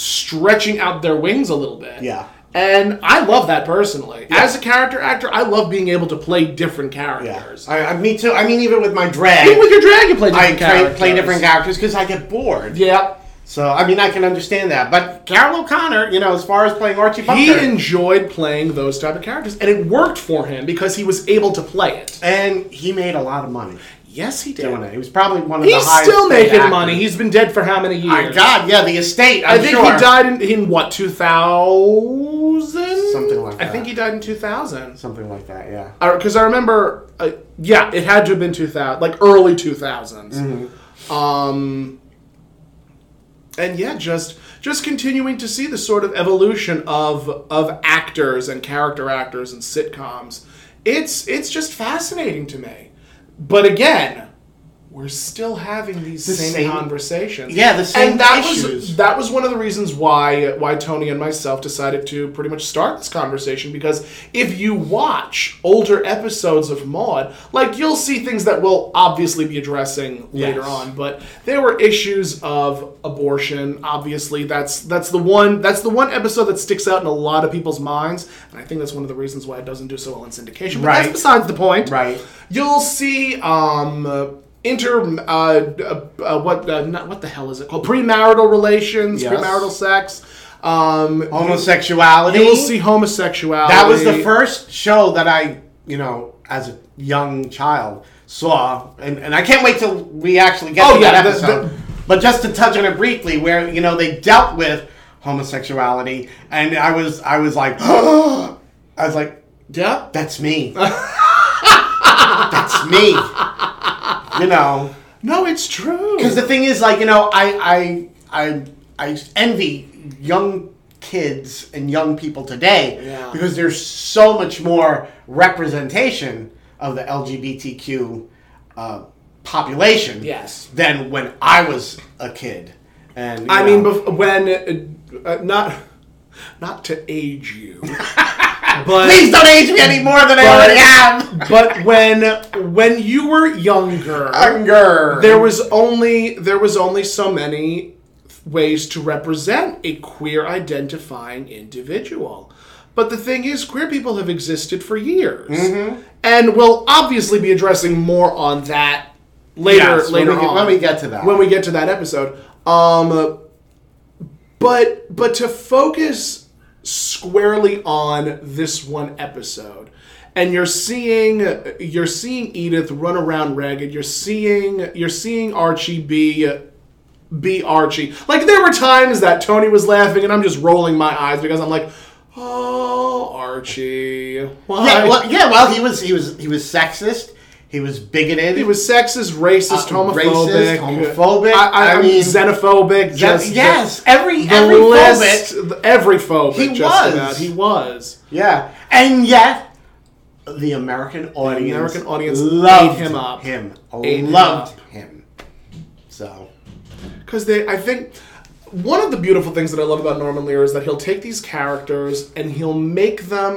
Speaker 2: stretching out their wings a little bit.
Speaker 3: Yeah.
Speaker 2: And I love that personally. As a character actor, I love being able to play different
Speaker 3: yeah
Speaker 2: characters.
Speaker 3: I, I, me too I mean even with my drag
Speaker 2: Even with your drag, you play
Speaker 3: I
Speaker 2: different
Speaker 3: play,
Speaker 2: characters.
Speaker 3: play different characters because I get bored.
Speaker 2: Yeah.
Speaker 3: So I mean, I can understand that. But Carol O'Connor, you know, as far as playing Archie Bunker,
Speaker 2: He enjoyed playing those type of characters, and it worked for him because he was able to play it.
Speaker 3: and he made a lot of money
Speaker 2: Yes, he did.
Speaker 3: doing it. He was probably one of the
Speaker 2: He's
Speaker 3: highest.
Speaker 2: still
Speaker 3: paid
Speaker 2: making
Speaker 3: actors.
Speaker 2: money. He's been dead for how many years?
Speaker 3: My God, yeah, the estate.
Speaker 2: I
Speaker 3: I'm
Speaker 2: think
Speaker 3: sure.
Speaker 2: he died in, in what, 2000?
Speaker 3: Something like
Speaker 2: I
Speaker 3: that.
Speaker 2: think he died in 2000.
Speaker 3: Something like that. Yeah.
Speaker 2: Because I remember, uh, yeah, it had to have been 2000, like early 2000s.
Speaker 3: Mm-hmm.
Speaker 2: Um, and yeah, just just continuing to see the sort of evolution of of actors and character actors and sitcoms. It's it's just fascinating to me. But again, we're still having these
Speaker 3: The
Speaker 2: same,
Speaker 3: same-
Speaker 2: conversations.
Speaker 3: Yeah, the same
Speaker 2: and that
Speaker 3: issues.
Speaker 2: was that was one of the reasons why why Tony and myself decided to pretty much start this conversation because if you watch older episodes of Maud, like you'll see things that we'll obviously be addressing later
Speaker 3: Yes.
Speaker 2: on, but there were issues of abortion. Obviously, that's that's the one that's the one episode that sticks out in a lot of people's minds, and I think that's one of the reasons why it doesn't do so well in syndication. But that's
Speaker 3: Right.
Speaker 2: besides the point.
Speaker 3: Right.
Speaker 2: You'll see um uh, inter uh, uh, uh, what uh, not, what the hell is it called? Premarital relations,
Speaker 3: Yes.
Speaker 2: premarital sex. Um
Speaker 3: Homosexuality.
Speaker 2: you will see homosexuality.
Speaker 3: That was the first show that I, you know, as a young child saw, and, and I can't wait till we actually get
Speaker 2: Oh,
Speaker 3: to that
Speaker 2: yeah, the- the-
Speaker 3: episode. but just to touch on it briefly, where you know they dealt with homosexuality, and I was I was like, (gasps) I was like,
Speaker 2: Yeah.
Speaker 3: that's
Speaker 2: (laughs)
Speaker 3: me, that's me, you know.
Speaker 2: No, it's true.
Speaker 3: Because the thing is, like you know, I I I I envy young kids and young people today
Speaker 2: Yeah.
Speaker 3: because there's so much more representation of the LGBTQ uh, population.
Speaker 2: Yes.
Speaker 3: Than when I was a kid, and you
Speaker 2: I
Speaker 3: know,
Speaker 2: mean, bef- when uh, uh, not not to age (laughs) you, but
Speaker 3: please don't age me any more than I
Speaker 2: But-
Speaker 3: already am.
Speaker 2: but when when you were (laughs) younger,
Speaker 3: Younger.
Speaker 2: there was only there was only so many ways to represent a queer identifying individual but the thing is queer people have existed for years and we'll obviously be addressing more on that later
Speaker 3: Yes, when
Speaker 2: later
Speaker 3: we get-
Speaker 2: on
Speaker 3: when we get to that.
Speaker 2: when we get to that episode um but but to focus squarely on this one episode and you're seeing you're seeing Edith run around ragged you're seeing you're seeing Archie be be Archie like there were times that Tony was laughing and I'm just rolling my eyes because I'm like oh Archie why
Speaker 3: yeah, well, yeah, well, he was he was he was sexist. He was bigoted.
Speaker 2: he was sexist racist
Speaker 3: Uh,
Speaker 2: homophobic
Speaker 3: racist, homophobic,
Speaker 2: I, I,
Speaker 3: I
Speaker 2: I
Speaker 3: mean-
Speaker 2: mean xenophobic just the-
Speaker 3: yes, every
Speaker 2: the
Speaker 3: every phobic-
Speaker 2: list, th- every phobic.
Speaker 3: He
Speaker 2: just
Speaker 3: was.
Speaker 2: About. He was.
Speaker 3: Yeah, and yet the American audience,
Speaker 2: American audience
Speaker 3: loved
Speaker 2: ate him up.
Speaker 3: Him
Speaker 2: Ate him
Speaker 3: loved him, So
Speaker 2: Because they, I think, one of the beautiful things that I love about Norman Lear is that he'll take these characters and he'll make them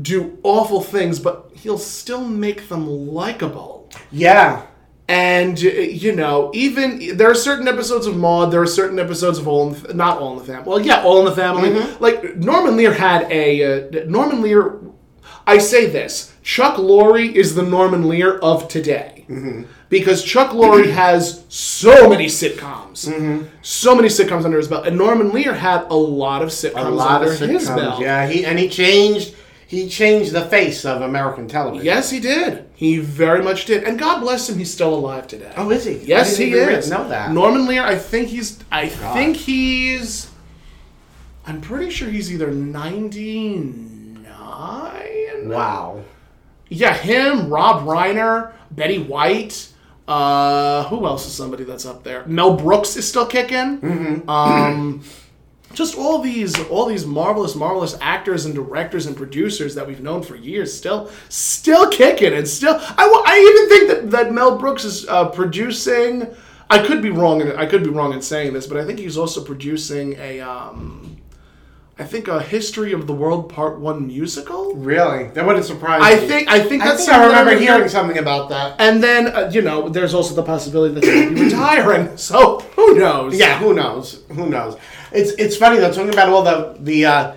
Speaker 2: do awful things, but he'll still make them likable.
Speaker 3: yeah,
Speaker 2: And uh, you know, even there are certain episodes of Maud, there are certain episodes of All, in the, not All in the Family. Well, yeah, All in the Family.
Speaker 3: Mm-hmm.
Speaker 2: Like Norman Lear had a uh, Norman Lear. I say this: Chuck Lorre is the Norman Lear of today
Speaker 3: Mm-hmm.
Speaker 2: because Chuck
Speaker 3: (clears throat)
Speaker 2: Lorre has so many sitcoms,
Speaker 3: Mm-hmm.
Speaker 2: so many sitcoms under his belt, and Norman Lear had a lot of sitcoms
Speaker 3: a lot of
Speaker 2: under his
Speaker 3: sitcoms.
Speaker 2: belt.
Speaker 3: Yeah, he and he changed he changed the face of American television.
Speaker 2: Yes, he did. He very much did, and God bless him, he's still alive today.
Speaker 3: Oh, is he?
Speaker 2: Yes,
Speaker 3: I didn't
Speaker 2: he
Speaker 3: even
Speaker 2: is.
Speaker 3: Know that?
Speaker 2: Norman Lear. I think he's. I think he's. I'm pretty sure he's either 99.
Speaker 3: Wow.
Speaker 2: Yeah, him, Rob Reiner, Betty White. Uh, who else is somebody that's up there? Mel Brooks is still kicking. Um, just all these, all these marvelous, marvelous actors and directors and producers that we've known for years, still, still kicking and still. I, wa- I even think that, that Mel Brooks is uh, producing. I could be wrong. In, I could be wrong in saying this, but I think he's also producing a. Um, I think a History of the World Part One musical.
Speaker 3: Really? That wouldn't surprise
Speaker 2: I
Speaker 3: me.
Speaker 2: think I think
Speaker 3: I
Speaker 2: that's
Speaker 3: think I
Speaker 2: something
Speaker 3: remember
Speaker 2: that-
Speaker 3: hearing something about that.
Speaker 2: And then uh, you know, there's also the possibility that he'll be retiring. (laughs) So who knows?
Speaker 3: Yeah, who knows? Who knows? It's it's funny though talking about all the the uh,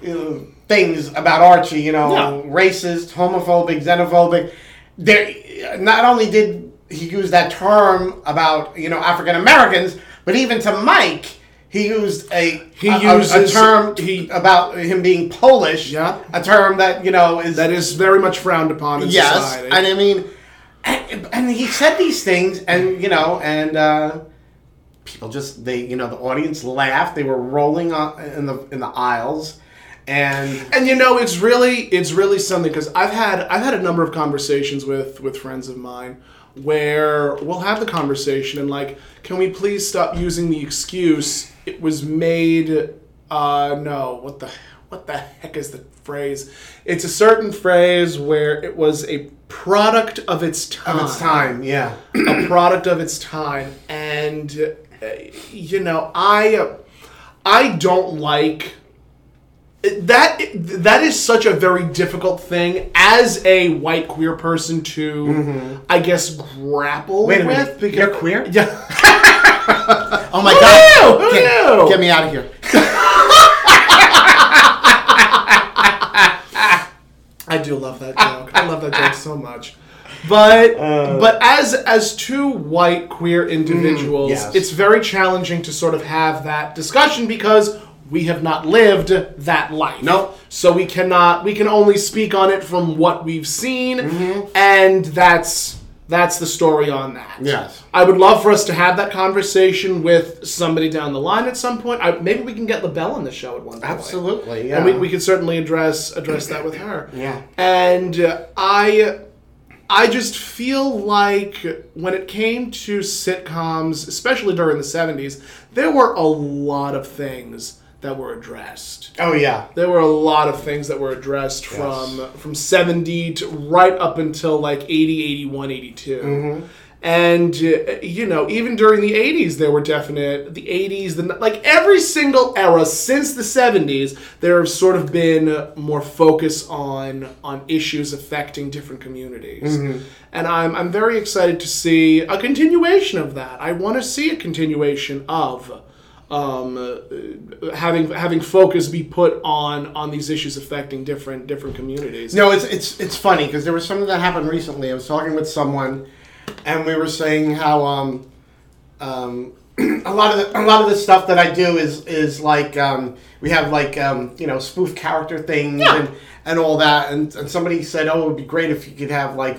Speaker 3: you know, things about Archie. You know,
Speaker 2: Yeah.
Speaker 3: racist, homophobic, xenophobic. There, not only did he use that term about you know African Americans, but even to Mike, he used a
Speaker 2: He
Speaker 3: a- a, a
Speaker 2: uses-
Speaker 3: term
Speaker 2: he-
Speaker 3: about him being Polish.
Speaker 2: Yeah.
Speaker 3: a term that you know is
Speaker 2: that is very much frowned upon in
Speaker 3: yes,
Speaker 2: society.
Speaker 3: and I mean, and, and he said these things, and you know, and uh, people just they, you know, the audience laughed. They were rolling on, in the in the aisles, and
Speaker 2: and you know it's really it's really something because i've had i've had a number of conversations with with friends of mine where we'll have the conversation and like can we please stop using the excuse it was made uh no what the what the heck is the phrase? It's a certain phrase where it was a product of its time.
Speaker 3: Of its
Speaker 2: (clears throat)
Speaker 3: time, yeah.
Speaker 2: a product of its time, and uh, you know, I uh, I don't like that. That is such a very difficult thing as a white queer person to, I guess, grapple
Speaker 3: Mm-hmm. Wait a
Speaker 2: with.
Speaker 3: minute. You're queer?
Speaker 2: (laughs) Yeah.
Speaker 3: Oh my god!
Speaker 2: Who
Speaker 3: Get-
Speaker 2: knew?
Speaker 3: Get me out of
Speaker 2: (laughs)
Speaker 3: here.
Speaker 2: I do love that joke. I love that joke so much. But but as as two white queer individuals,
Speaker 3: Uh, Mm, yes.
Speaker 2: it's very challenging to sort of have that discussion because we have not lived that life.
Speaker 3: Nope.
Speaker 2: So we cannot we can only speak on it from what we've seen
Speaker 3: Mm-hmm.
Speaker 2: and that's that's the story on that.
Speaker 3: Yes.
Speaker 2: I would love for us to have that conversation with somebody down the line at some point. I, maybe we can get LaBelle on the show at one point.
Speaker 3: Absolutely, yeah.
Speaker 2: And we, we could certainly address address that with her.
Speaker 3: (clears throat) Yeah.
Speaker 2: And uh, I I just feel like when it came to sitcoms, especially during the 70s, there were a lot of things that were addressed.
Speaker 3: oh yeah.
Speaker 2: There were a lot of things that were addressed from from 70 to right up until like 80, 81, 82. And uh, you know, even during the '80s, there were definite the '80s, the like every single era since the '70s, there have sort of been more focus on on issues affecting different communities. And I'm I'm very excited to see a continuation of that. I want to see a continuation of um, uh, having having focus be put on on these issues affecting different different communities.
Speaker 3: No, it's it's it's funny because there was something that happened recently. I was talking with someone, and we were saying how um, um, (clears throat) a lot of the, a lot of the stuff that I do is is like um, we have like um, you know spoof character things and and all that. And, and somebody said, "Oh, it would be great if you could have like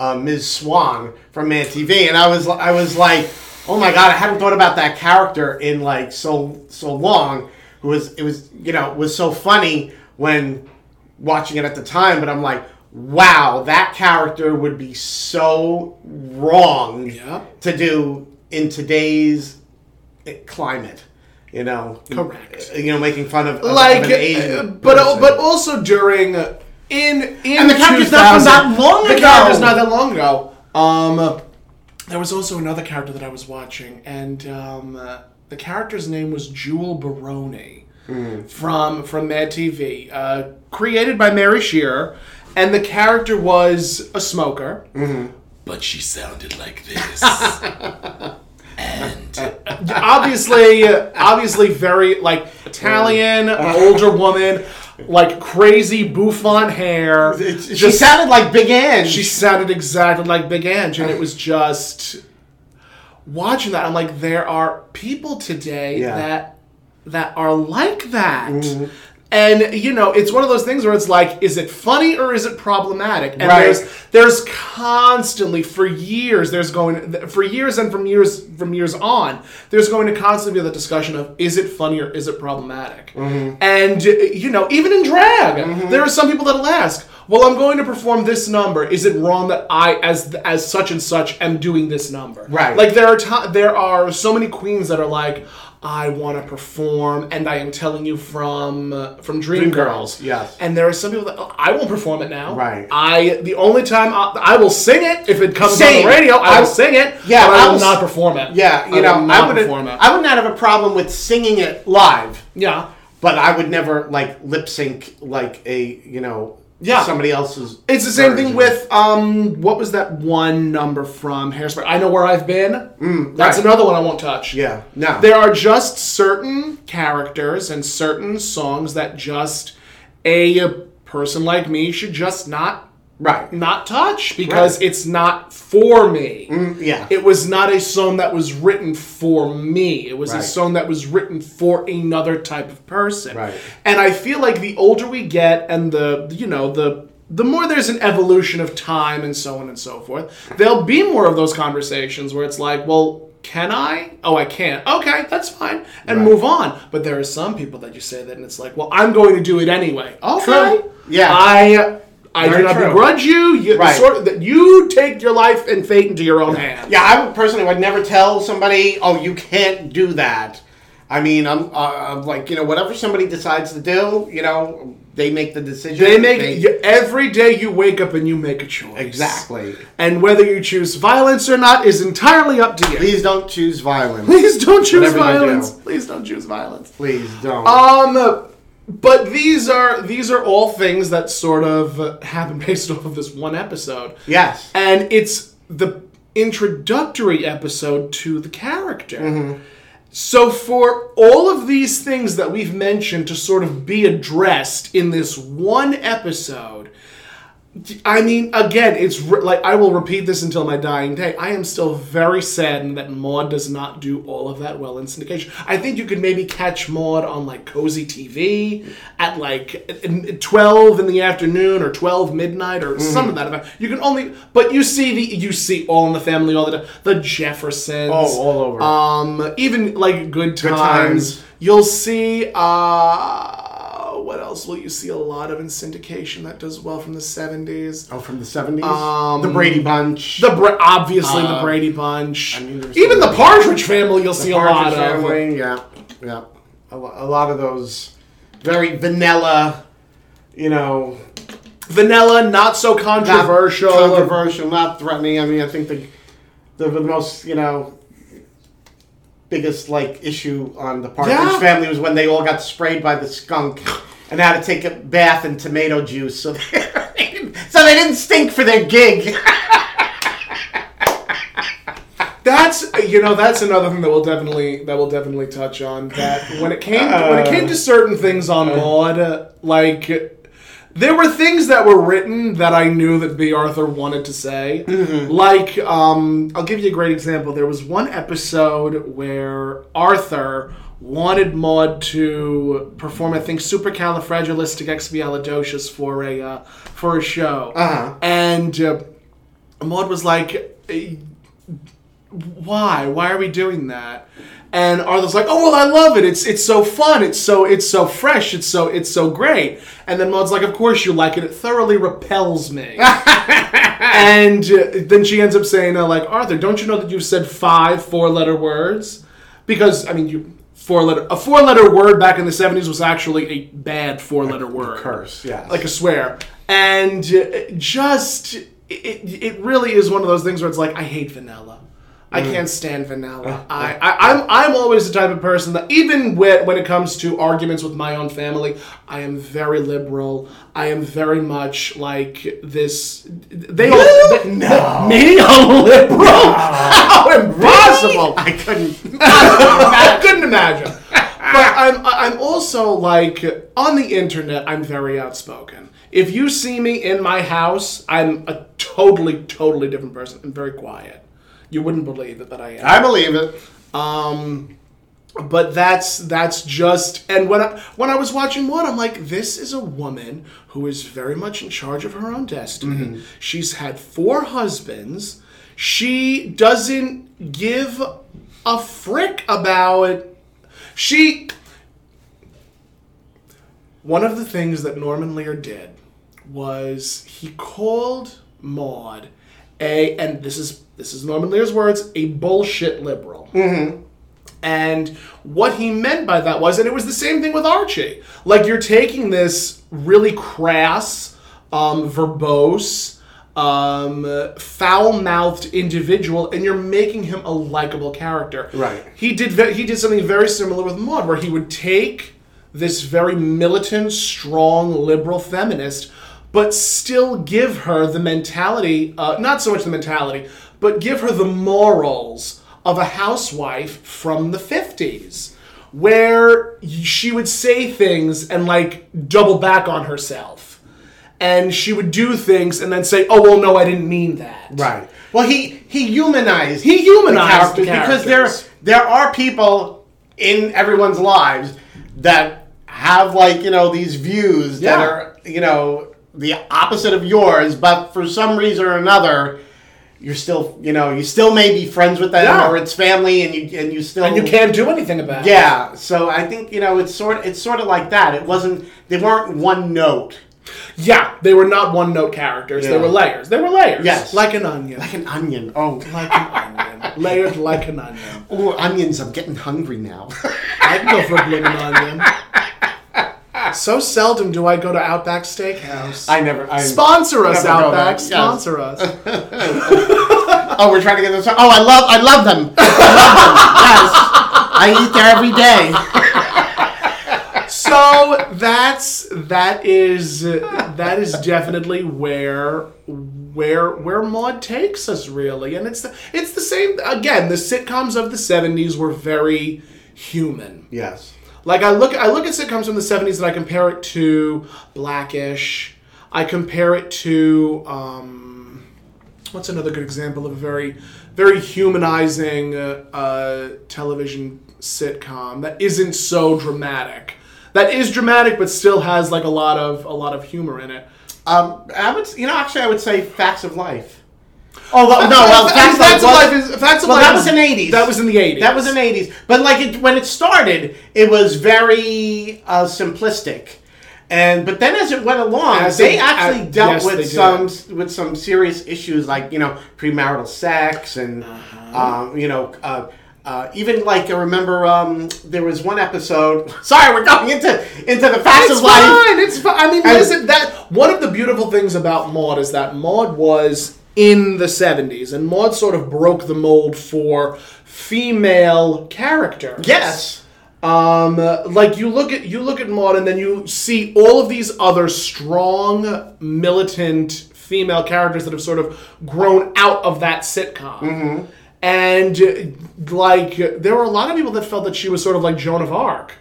Speaker 3: uh, Ms. Swan from Man TV." And I was I was like, "Oh my god, I haven't thought about that character in like so so long." Who was it was you know was so funny when watching it at the time, but I'm like, wow, that character would be so wrong
Speaker 2: Yeah.
Speaker 3: to do in today's climate. You know, Uh,
Speaker 2: Correct.
Speaker 3: You know, making fun of, of- of
Speaker 2: like,
Speaker 3: an Asian
Speaker 2: uh, but
Speaker 3: person.
Speaker 2: but also during uh, in in
Speaker 3: And the character's not from
Speaker 2: 2000
Speaker 3: that long
Speaker 2: the
Speaker 3: ago.
Speaker 2: character's not that long ago. Um, there was also another character that I was watching, and um, uh, the character's name was Jewel Barone
Speaker 3: Hmm.
Speaker 2: from from Mad TV, uh, created by Mary Shearer, and the character was a smoker. But she sounded like this. and obviously, obviously, very like Italian, older woman, like crazy bouffant hair.
Speaker 3: It's- she sounded like Big Ann.
Speaker 2: She sounded exactly like Big Ange, and it was just watching that. I'm like, there are people today
Speaker 3: Yeah. Mm-hmm.
Speaker 2: that that are like that. And you know, it's one of those things where it's like, is it funny or is it problematic? And
Speaker 3: Right.
Speaker 2: there's there's constantly for years there's going for years and from years from years on there's going to constantly be the discussion of is it funny or is it problematic
Speaker 3: Mm-hmm.
Speaker 2: and uh, you know even in drag there are some people that'll ask well i'm going to perform this number is it wrong that i as as such and such am doing this number
Speaker 3: Right.
Speaker 2: like there are to- there are so many queens that are like I want to perform, and I am telling you from uh, from Dreamgirls.
Speaker 3: Girls, yes.
Speaker 2: And there are some people that "Oh, I won't perform it now.
Speaker 3: Right.
Speaker 2: I the only time I, I will sing it if it comes on
Speaker 3: Same.
Speaker 2: the radio, I
Speaker 3: I-
Speaker 2: will sing it.
Speaker 3: Yeah,
Speaker 2: but I,
Speaker 3: I
Speaker 2: will
Speaker 3: was-
Speaker 2: not perform it.
Speaker 3: yeah, you
Speaker 2: I
Speaker 3: know,
Speaker 2: will
Speaker 3: I
Speaker 2: not
Speaker 3: would
Speaker 2: perform it.
Speaker 3: I would not have a problem with singing it live,
Speaker 2: yeah,
Speaker 3: but I would never like lip sync like a you know
Speaker 2: Yeah.
Speaker 3: somebody else's.
Speaker 2: it's the same thing
Speaker 3: version.
Speaker 2: with um what was that one number from Hairspray? I know where I've been. That's
Speaker 3: right.
Speaker 2: another one I won't touch.
Speaker 3: yeah no
Speaker 2: There are just certain characters and certain songs that just a person like me should just not
Speaker 3: right Mm,
Speaker 2: not touch because it's not for me.
Speaker 3: yeah
Speaker 2: It was not a song that was written for me. It was a
Speaker 3: Right.
Speaker 2: song that was written for another type of person.
Speaker 3: Right.
Speaker 2: And I feel like the older we get and the you know the the more there's an evolution of time and so on and so forth, there'll be more of those conversations where it's like, well, can I? Oh, I can't. Okay, that's fine. And move on. But there are some people that you say that and it's like, well, I'm going to do it anyway. Okay.
Speaker 3: True. Yeah.
Speaker 2: I I do
Speaker 3: Very
Speaker 2: not
Speaker 3: true.
Speaker 2: begrudge you. you
Speaker 3: Right.
Speaker 2: sort of, that you take your life and fate into your own hands.
Speaker 3: Yeah, I would personally would never tell somebody, "Oh, you can't do that," I mean, I'm, I- I'm like, you know, whatever somebody decides to do, you know, they make the decision.
Speaker 2: They make y- every day you wake up and you make a choice.
Speaker 3: Exactly.
Speaker 2: And whether you choose violence or not is entirely up to you.
Speaker 3: Please don't choose violence.
Speaker 2: Please don't choose
Speaker 3: Whatever you do.
Speaker 2: violence. Please don't choose violence.
Speaker 3: Please don't.
Speaker 2: Um, but these are these are all things that sort of happen based (laughs) off of this one episode.
Speaker 3: yes.
Speaker 2: and it's the introductory episode to the character. So, for all of these things that we've mentioned to sort of be addressed in this one episode, I mean, again, it's re- like I will repeat this until my dying day. I am still very saddened that Maud does not do all of that well in syndication. I think you could maybe catch Maud on like cozy TV at like n- twelve in the afternoon or twelve midnight or
Speaker 3: Mm-hmm.
Speaker 2: some of that. effect. You can only, but you see the you see All in the Family all the time, the Jeffersons,
Speaker 3: Oh, all over.
Speaker 2: Um, even like Good Times.
Speaker 3: Times.
Speaker 2: You'll see. Uh, what else will you see a lot of in syndication that does well from the seventies?
Speaker 3: oh, from the 70s? the Brady Bunch.
Speaker 2: Um, The Bra- obviously
Speaker 3: Um,
Speaker 2: the Brady Bunch,
Speaker 3: mean, there's
Speaker 2: even the
Speaker 3: so many.
Speaker 2: Partridge Family. You'll see a lot
Speaker 3: Partridge
Speaker 2: of.
Speaker 3: Family, Yeah, yeah. A, lo- a lot of those very vanilla, you know,
Speaker 2: Vanilla, not so
Speaker 3: not
Speaker 2: controversial.
Speaker 3: controversial, not threatening. I mean, I think the the, the most you know biggest like issue on the Partridge
Speaker 2: Yeah.
Speaker 3: Family was when they all got sprayed by the skunk and had to take a bath in tomato juice, so they, so they didn't stink for their (laughs) gig.
Speaker 2: That's you know that's another thing that we'll definitely that we'll definitely touch on. That when it came when it came to certain things on Maud, uh, like there were things that were written that I knew that B. Arthur wanted to say. Like, um, I'll give you a great example. There was one episode where Arthur wanted Maud to perform, I think, supercalifragilisticexpialidocious for a uh, for a show,
Speaker 3: Uh-huh.
Speaker 2: and uh, Maud was like. "Eh, why? Why are we doing that? And Arthur's like, oh well, I love it. It's it's so fun. It's so it's so fresh. It's so it's so great. And then Maud's like, of course you like it. It thoroughly repels
Speaker 3: (laughs)
Speaker 2: me. and uh, then she ends up saying, uh, like Arthur, don't you know that you've said five four letter words? Because I mean, you four letter a four letter word back in the seventies was actually a bad four letter word
Speaker 3: Curse, yes.
Speaker 2: like a swear, and uh, just it, it it really is one of those things where it's like I hate vanilla. I can't stand vanilla. I, I, I'm I'm always the type of person that even when when it comes to arguments with my own family, I am very liberal. I am very much like this. They all they-
Speaker 3: no.
Speaker 2: me a liberal? (laughs) How impossible!
Speaker 3: I couldn't.
Speaker 2: I couldn't imagine. But I'm I'm also like on the internet. I'm very outspoken. If you see me in my house, I'm a totally totally different person. I'm very quiet. You wouldn't believe it, but I am
Speaker 3: I believe it.
Speaker 2: but that's that's just and when I, when I was watching one I'm like this is a woman who is very much in charge of her own destiny. She's had four husbands. She doesn't give a frick about she one of the things that Norman Lear did was he called Maud a and this is this is Norman Lear's words a bullshit liberal. And what he meant by that was, and it was the same thing with Archie. Like you're taking this really crass, um, verbose, um, foul-mouthed individual, and you're making him a likable character.
Speaker 3: Right.
Speaker 2: He did. Ve- he did something very similar with Maud, where he would take this very militant, strong, liberal feminist, but still give her the mentality, uh, not so much the mentality, but give her the morals of a housewife from the 50s, where y- she would say things and like double back on herself. And she would do things and then say, oh, well, no, I didn't mean that.
Speaker 3: Right. Well, he he humanized.
Speaker 2: He humanized
Speaker 3: characters
Speaker 2: the
Speaker 3: because
Speaker 2: characters.
Speaker 3: there there are people in everyone's lives that have like you know these views
Speaker 2: Yeah.
Speaker 3: that are you know the opposite of yours, but for some reason or another. You're still, you know, you still may be friends with them,
Speaker 2: Yeah.
Speaker 3: or it's family, and you and you still
Speaker 2: And you can't do anything about it.
Speaker 3: Yeah, so I think you know it's sort it's sort of like that. It wasn't they weren't one note.
Speaker 2: Yeah, they were not one note characters. They
Speaker 3: Yeah.
Speaker 2: were layers. They were layers.
Speaker 3: Yes.
Speaker 2: Like an onion.
Speaker 3: Like an onion. Oh,
Speaker 2: Like an onion. Layered like an onion.
Speaker 3: oh, onions. I'm getting hungry now. (laughs)
Speaker 2: I can go for a blooming onion. So seldom do I go to Outback Steakhouse.
Speaker 3: I never. I,
Speaker 2: Sponsor us,
Speaker 3: Never go
Speaker 2: Outback.
Speaker 3: there. Yes.
Speaker 2: Sponsor
Speaker 3: (laughs)
Speaker 2: us.
Speaker 3: oh, we're trying to get this. Oh, I love. I love them. I love them. Yes. I eat there every day.
Speaker 2: so that's that is that is definitely where where where Maud takes us really, and it's the, it's the same again. The sitcoms of the '70s were very human.
Speaker 3: Yes.
Speaker 2: Like I look I look at sitcoms from the '70s and I compare it to Blackish. I compare it to um, what's another good example of a very very humanizing uh, uh, television sitcom that isn't so dramatic. That is dramatic, but still has like a lot of a lot of humor in it.
Speaker 3: Um, I would. You know, actually, I would say facts of life. Although no, well,
Speaker 2: Facts,
Speaker 3: facts, of life was-
Speaker 2: is Facts of
Speaker 3: well,
Speaker 2: Life.
Speaker 3: that
Speaker 2: is-
Speaker 3: was in the 80s.
Speaker 2: That was in the '80s.
Speaker 3: That was in the 80s. But like it, when it started, it was very uh, simplistic. And but then as it went along,
Speaker 2: As
Speaker 3: they
Speaker 2: it-
Speaker 3: actually
Speaker 2: as-
Speaker 3: dealt
Speaker 2: yes, they
Speaker 3: with
Speaker 2: did.
Speaker 3: some with some serious issues like, you know, premarital sex and
Speaker 2: Uh-huh.
Speaker 3: um, you know, uh, uh, even like I remember um, there was one episode. (laughs) Sorry, we're going into into the facts
Speaker 2: It's
Speaker 3: of life.
Speaker 2: fine. It's fine. I mean,
Speaker 3: And-
Speaker 2: listen. That one of the beautiful things about Maud is that Maud was in the '70s, and Maud sort of broke the mold for female characters.
Speaker 3: Yes.
Speaker 2: Um, uh, like you look at you look at Maud, and then you see all of these other strong, militant female characters that have sort of grown out of that sitcom.
Speaker 3: Mm-hmm.
Speaker 2: And uh, like, there were a lot of people that felt that she was sort of like Joan of Arc,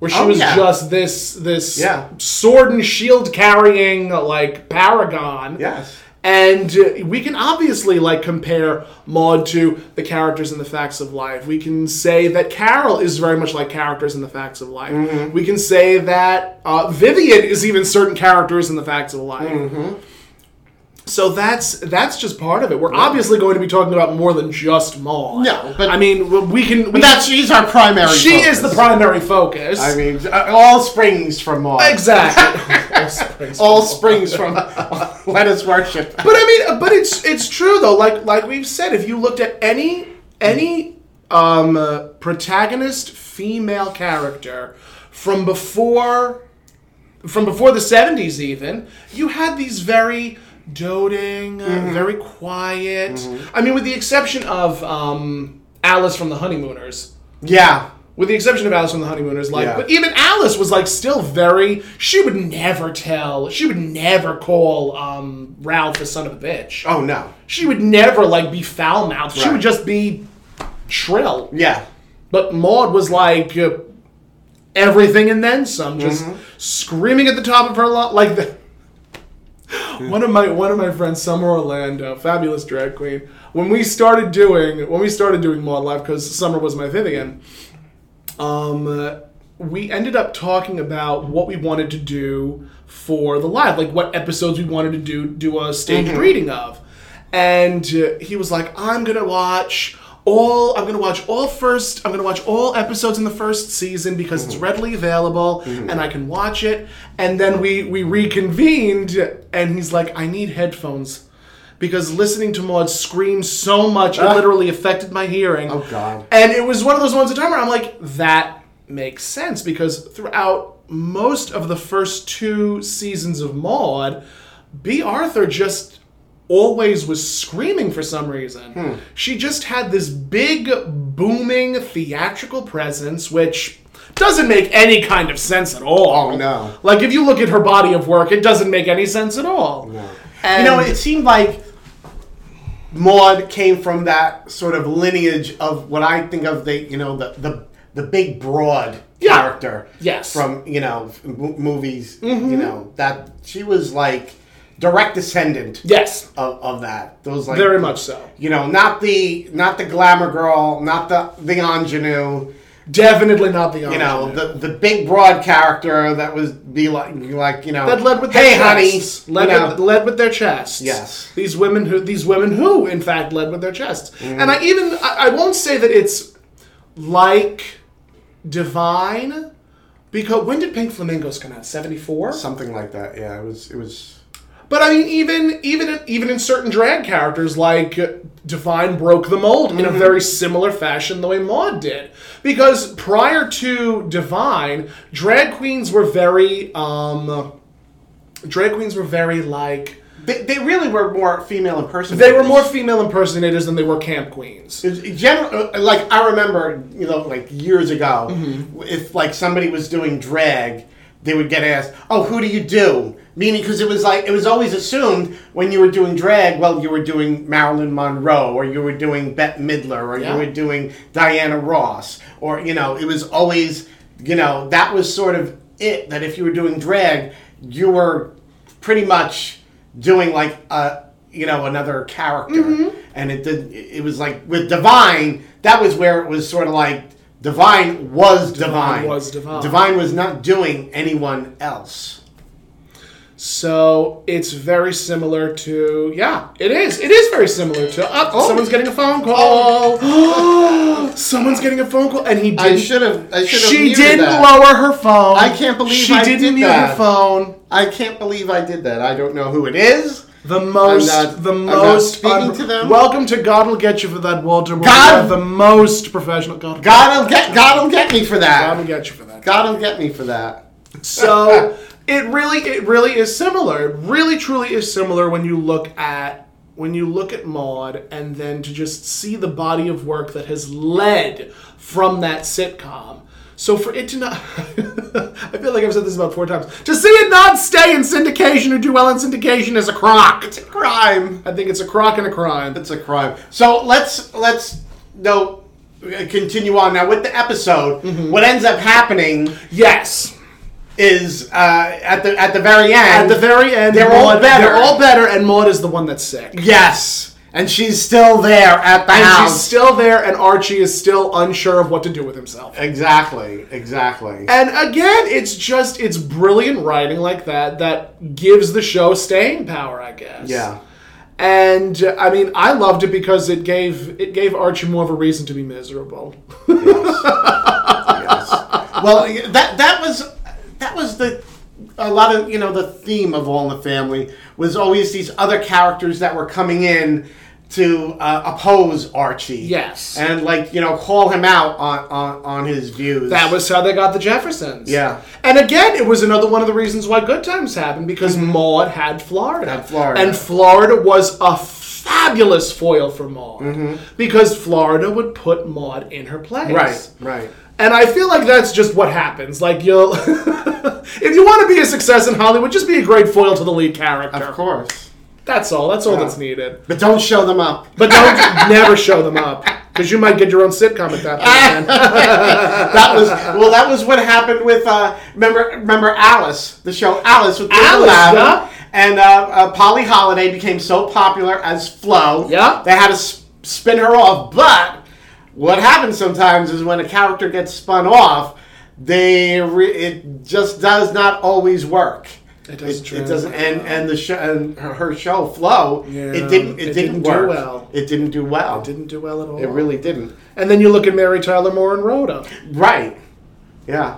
Speaker 2: where she
Speaker 3: Oh,
Speaker 2: was
Speaker 3: yeah.
Speaker 2: just this this
Speaker 3: Yeah.
Speaker 2: sword and shield carrying like paragon.
Speaker 3: Yes.
Speaker 2: And uh, we can obviously like compare Maud to the characters in the Facts of Life. We can say that Carol is very much like characters in the Facts of Life.
Speaker 3: Mm-hmm.
Speaker 2: We can say that uh, Vivian is even certain characters in the Facts of Life.
Speaker 3: Mm-hmm.
Speaker 2: So that's that's just part of it. We're obviously going to be talking about more than just Maud.
Speaker 3: No, but-
Speaker 2: I mean we- we can. We,
Speaker 3: That's she's our primary
Speaker 2: she
Speaker 3: focus.
Speaker 2: is the primary focus.
Speaker 3: I mean, uh, all springs from all. (laughs)
Speaker 2: exactly.
Speaker 3: All springs from (laughs) let us worship.
Speaker 2: But I mean, but it's it's true though. Like like we've said, if you looked at any any um, uh, protagonist female character from before from before the seventies, even you had these very doting, uh, very quiet. I mean, with the exception of um, Alice from the Honeymooners.
Speaker 3: Yeah.
Speaker 2: With the exception of Alice from the Honeymooners, like,
Speaker 3: Yeah.
Speaker 2: but even Alice was like still very. She would never tell. She would never call um, Ralph a son of a bitch.
Speaker 3: Oh no.
Speaker 2: She would never like be foul mouthed. She
Speaker 3: Right.
Speaker 2: would just be shrill.
Speaker 3: Yeah.
Speaker 2: But Maud was like uh, everything and then some, just screaming at the top of her lungs. Like the, one of my one of my friends, Summer Orlando, fabulous drag queen. When we started doing when we started doing Maud live because Summer was my Vivian. Um, uh, we ended up talking about what we wanted to do for the live, like what episodes we wanted to do do a staged
Speaker 3: Mm-hmm.
Speaker 2: reading of. And uh, he was like, "I'm gonna watch all. I'm gonna watch all first. I'm gonna watch all episodes in the first season because it's
Speaker 3: Mm-hmm.
Speaker 2: readily available and I can watch it." And then we we reconvened, and he's like, "I need headphones." Because listening to Maud scream so much, it literally affected my hearing.
Speaker 3: Ah. Oh, God.
Speaker 2: And it was one of those ones at a time where I'm like, that makes sense because throughout most of the first two seasons of Maud, B. Arthur just always was screaming for some reason.
Speaker 3: Hmm.
Speaker 2: She just had this big, booming theatrical presence, which doesn't make any kind of sense at all.
Speaker 3: Oh, no.
Speaker 2: Like if you look at her body of work, it doesn't make any sense at all.
Speaker 3: you know, it seemed like Maud came from that sort of lineage of what I think of the you know the the, the big broad
Speaker 2: Yeah.
Speaker 3: character.
Speaker 2: Yes. Mm-hmm.
Speaker 3: From you know m- movies, you know that she was like direct descendant
Speaker 2: Yes,
Speaker 3: of, of that. Those like
Speaker 2: very much so.
Speaker 3: You know, not the not the glamour girl, not the the ingenue.
Speaker 2: Definitely not the
Speaker 3: you know
Speaker 2: ingenue.
Speaker 3: the the big broad character that was be like like you know
Speaker 2: that led with their
Speaker 3: hey honey
Speaker 2: chests. led,
Speaker 3: you know.
Speaker 2: with, led with their chests.
Speaker 3: Yes.
Speaker 2: these women who these women who in fact led with their chests, and I even I, I won't say that it's like divine, Because when did Pink Flamingos come out? Seventy four.
Speaker 3: Something like that. Yeah, it was. It was.
Speaker 2: But I mean, even even even in certain drag characters, like uh, Divine broke the mold in a very similar fashion the way Maud did, because prior to Divine, drag queens were very um, drag queens were very like
Speaker 3: They, they really were more female in person.
Speaker 2: they were more female impersonators than they were camp queens.
Speaker 3: General, uh, like I remember, you know, like years ago, if like somebody was doing drag, they would get asked, "Oh, who do you do?" Meaning, because it was like it was always assumed when you were doing drag, well, you were doing Marilyn Monroe, or you were doing Bette Midler, or
Speaker 2: Yeah.
Speaker 3: you were doing Diana Ross, or you know, it was always, you know, that was sort of it. That if you were doing drag, you were pretty much doing like a you know another character
Speaker 2: Mm-hmm.
Speaker 3: and it did it was like with divine that was where it was sort of like divine was divine,
Speaker 2: was divine.
Speaker 3: divine was not doing anyone else
Speaker 2: So it's very similar to yeah, it is. It is very similar to. Oh, someone's getting a phone call. (gasps) someone's getting a phone call, and he didn't.
Speaker 4: I should have. I should have.
Speaker 2: She didn't lower her phone.
Speaker 4: I can't believe
Speaker 2: she
Speaker 4: I
Speaker 2: didn't
Speaker 4: did
Speaker 2: mute her
Speaker 4: that.
Speaker 2: phone.
Speaker 4: I can't believe I did that. I don't know who it
Speaker 3: it
Speaker 4: is.
Speaker 3: is
Speaker 2: The most,
Speaker 4: not-
Speaker 2: the
Speaker 4: I'm
Speaker 2: most.
Speaker 4: not speaking to them.
Speaker 2: Welcome to God will get you for that, Walter. We're
Speaker 3: God-
Speaker 2: the most professional. God,
Speaker 3: god'll get god'll get me for
Speaker 2: God
Speaker 3: that
Speaker 2: will get you for that.
Speaker 3: god'll get me for that
Speaker 2: So it really, it really is similar. It really, truly is similar when you look at when you look at Maud, and then to just see the body of work that has led from that sitcom. So for it to not, (laughs) I feel like I've said this about four times. To see it not stay in syndication or do well in syndication is a crock.
Speaker 3: crime
Speaker 2: I think it's a crock and a crime.
Speaker 3: it's a crime so let's let's no continue on now with the episode
Speaker 2: Mm-hmm.
Speaker 3: what ends up happening
Speaker 2: Yes.
Speaker 3: is uh, at the at the very end
Speaker 2: At the very end,
Speaker 3: They're all better.
Speaker 2: They're all better, and Maud is the one that's sick.
Speaker 3: Yes, and she's still there at the
Speaker 2: And she's
Speaker 3: house.
Speaker 2: still there, and Archie is still unsure of what to do with himself.
Speaker 3: exactly, exactly.
Speaker 2: And again, it's just it's brilliant writing like that that gives the show staying power, I guess.
Speaker 3: yeah,
Speaker 2: And uh, I mean, I loved it because it gave it gave Archie more of a reason to be miserable.
Speaker 3: yes. well, that that was that was the a lot of you know the theme of All in the Family was always these other characters that were coming in to uh, oppose Archie.
Speaker 2: Yes.
Speaker 3: and like you know call him out on on, on his views.
Speaker 2: That was how they got the Jeffersons.
Speaker 3: Yeah.
Speaker 2: And again, it was another one of the reasons why good times happened because Maud had Florida.
Speaker 3: Mm-hmm. Had Florida.
Speaker 2: And Florida was a fabulous foil for Maud
Speaker 3: Mm-hmm.
Speaker 2: because Florida would put Maud in her place.
Speaker 3: right, right.
Speaker 2: And I feel like that's just what happens. Like you'll (laughs) if you want to be a success in Hollywood, just be a great foil to the lead character.
Speaker 3: Of course,
Speaker 2: That's all. That's all that's needed.
Speaker 3: but don't show them up.
Speaker 2: But
Speaker 3: (laughs)
Speaker 2: don't never show them up because you might get your own sitcom at that
Speaker 3: Ah!
Speaker 2: point. man.
Speaker 3: (laughs) that was well. That was what happened with uh, remember remember Alice, the show Alice with Linda
Speaker 2: Alice,
Speaker 3: Lavin.
Speaker 2: yeah.
Speaker 3: and uh, uh, Polly Holiday became so popular as Flo.
Speaker 2: Yeah.
Speaker 3: they had to s- spin her off. But what happens sometimes is when a character gets spun off, they re- it just does not always work.
Speaker 2: It doesn't
Speaker 3: It, doesn't.
Speaker 2: translate.
Speaker 3: And and the show and her, her show Flo.
Speaker 2: Yeah.
Speaker 3: It didn't. It,
Speaker 2: It
Speaker 3: didn't,
Speaker 2: didn't do
Speaker 3: work.
Speaker 2: well.
Speaker 3: It didn't do well. It,
Speaker 2: Didn't do well at all.
Speaker 3: it really didn't.
Speaker 2: And then you look at Mary Tyler Moore and Rhoda.
Speaker 3: Right. Yeah.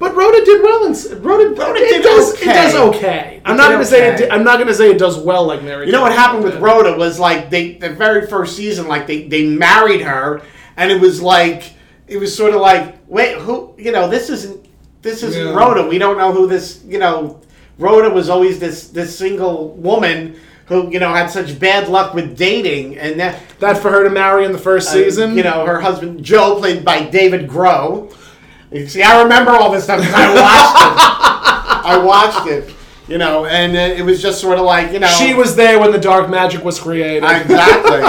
Speaker 2: But Rhoda did well. In, Rhoda, Rhoda it
Speaker 3: did
Speaker 2: does
Speaker 3: okay.
Speaker 2: it does okay. I'm not
Speaker 3: did
Speaker 2: gonna say it.
Speaker 3: okay.
Speaker 2: Did, I'm not gonna say it does well like Mary.
Speaker 3: You know what happened with Rhoda was like they the very first season, like they they married her, and it was like it was sort of like wait who you know this isn't this isn't
Speaker 2: Yeah.
Speaker 3: Rhoda. We don't know who this you know. Rhoda was always this this single woman who you know had such bad luck with dating, and that
Speaker 2: that for her to marry in the first season.
Speaker 3: you know her husband Joe played by David Groh. You see, I remember all this stuff 'cause I watched it. I watched it. You know, and uh, it was just sort of like you know
Speaker 2: she was there when the dark magic was created. (laughs)
Speaker 3: Exactly.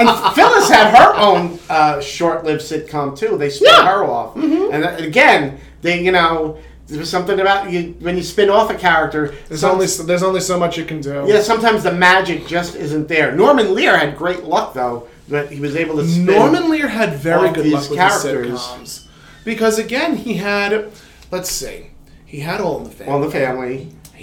Speaker 3: and Phyllis had her own uh, short-lived sitcom too. They spun
Speaker 2: Yeah. Mm-hmm.
Speaker 3: her off, and uh, again, they you know there was something about you when you spin off a character.
Speaker 2: there's
Speaker 3: some-
Speaker 2: only so- there's only so much you can do.
Speaker 3: yeah, sometimes the magic just isn't there. Norman Lear had great luck though that he was able to spin.
Speaker 2: Norman Lear had very
Speaker 3: off
Speaker 2: good
Speaker 3: these
Speaker 2: luck with
Speaker 3: characters.
Speaker 2: his sitcoms because again he had, let's see, he had All in the Family.
Speaker 3: on the family.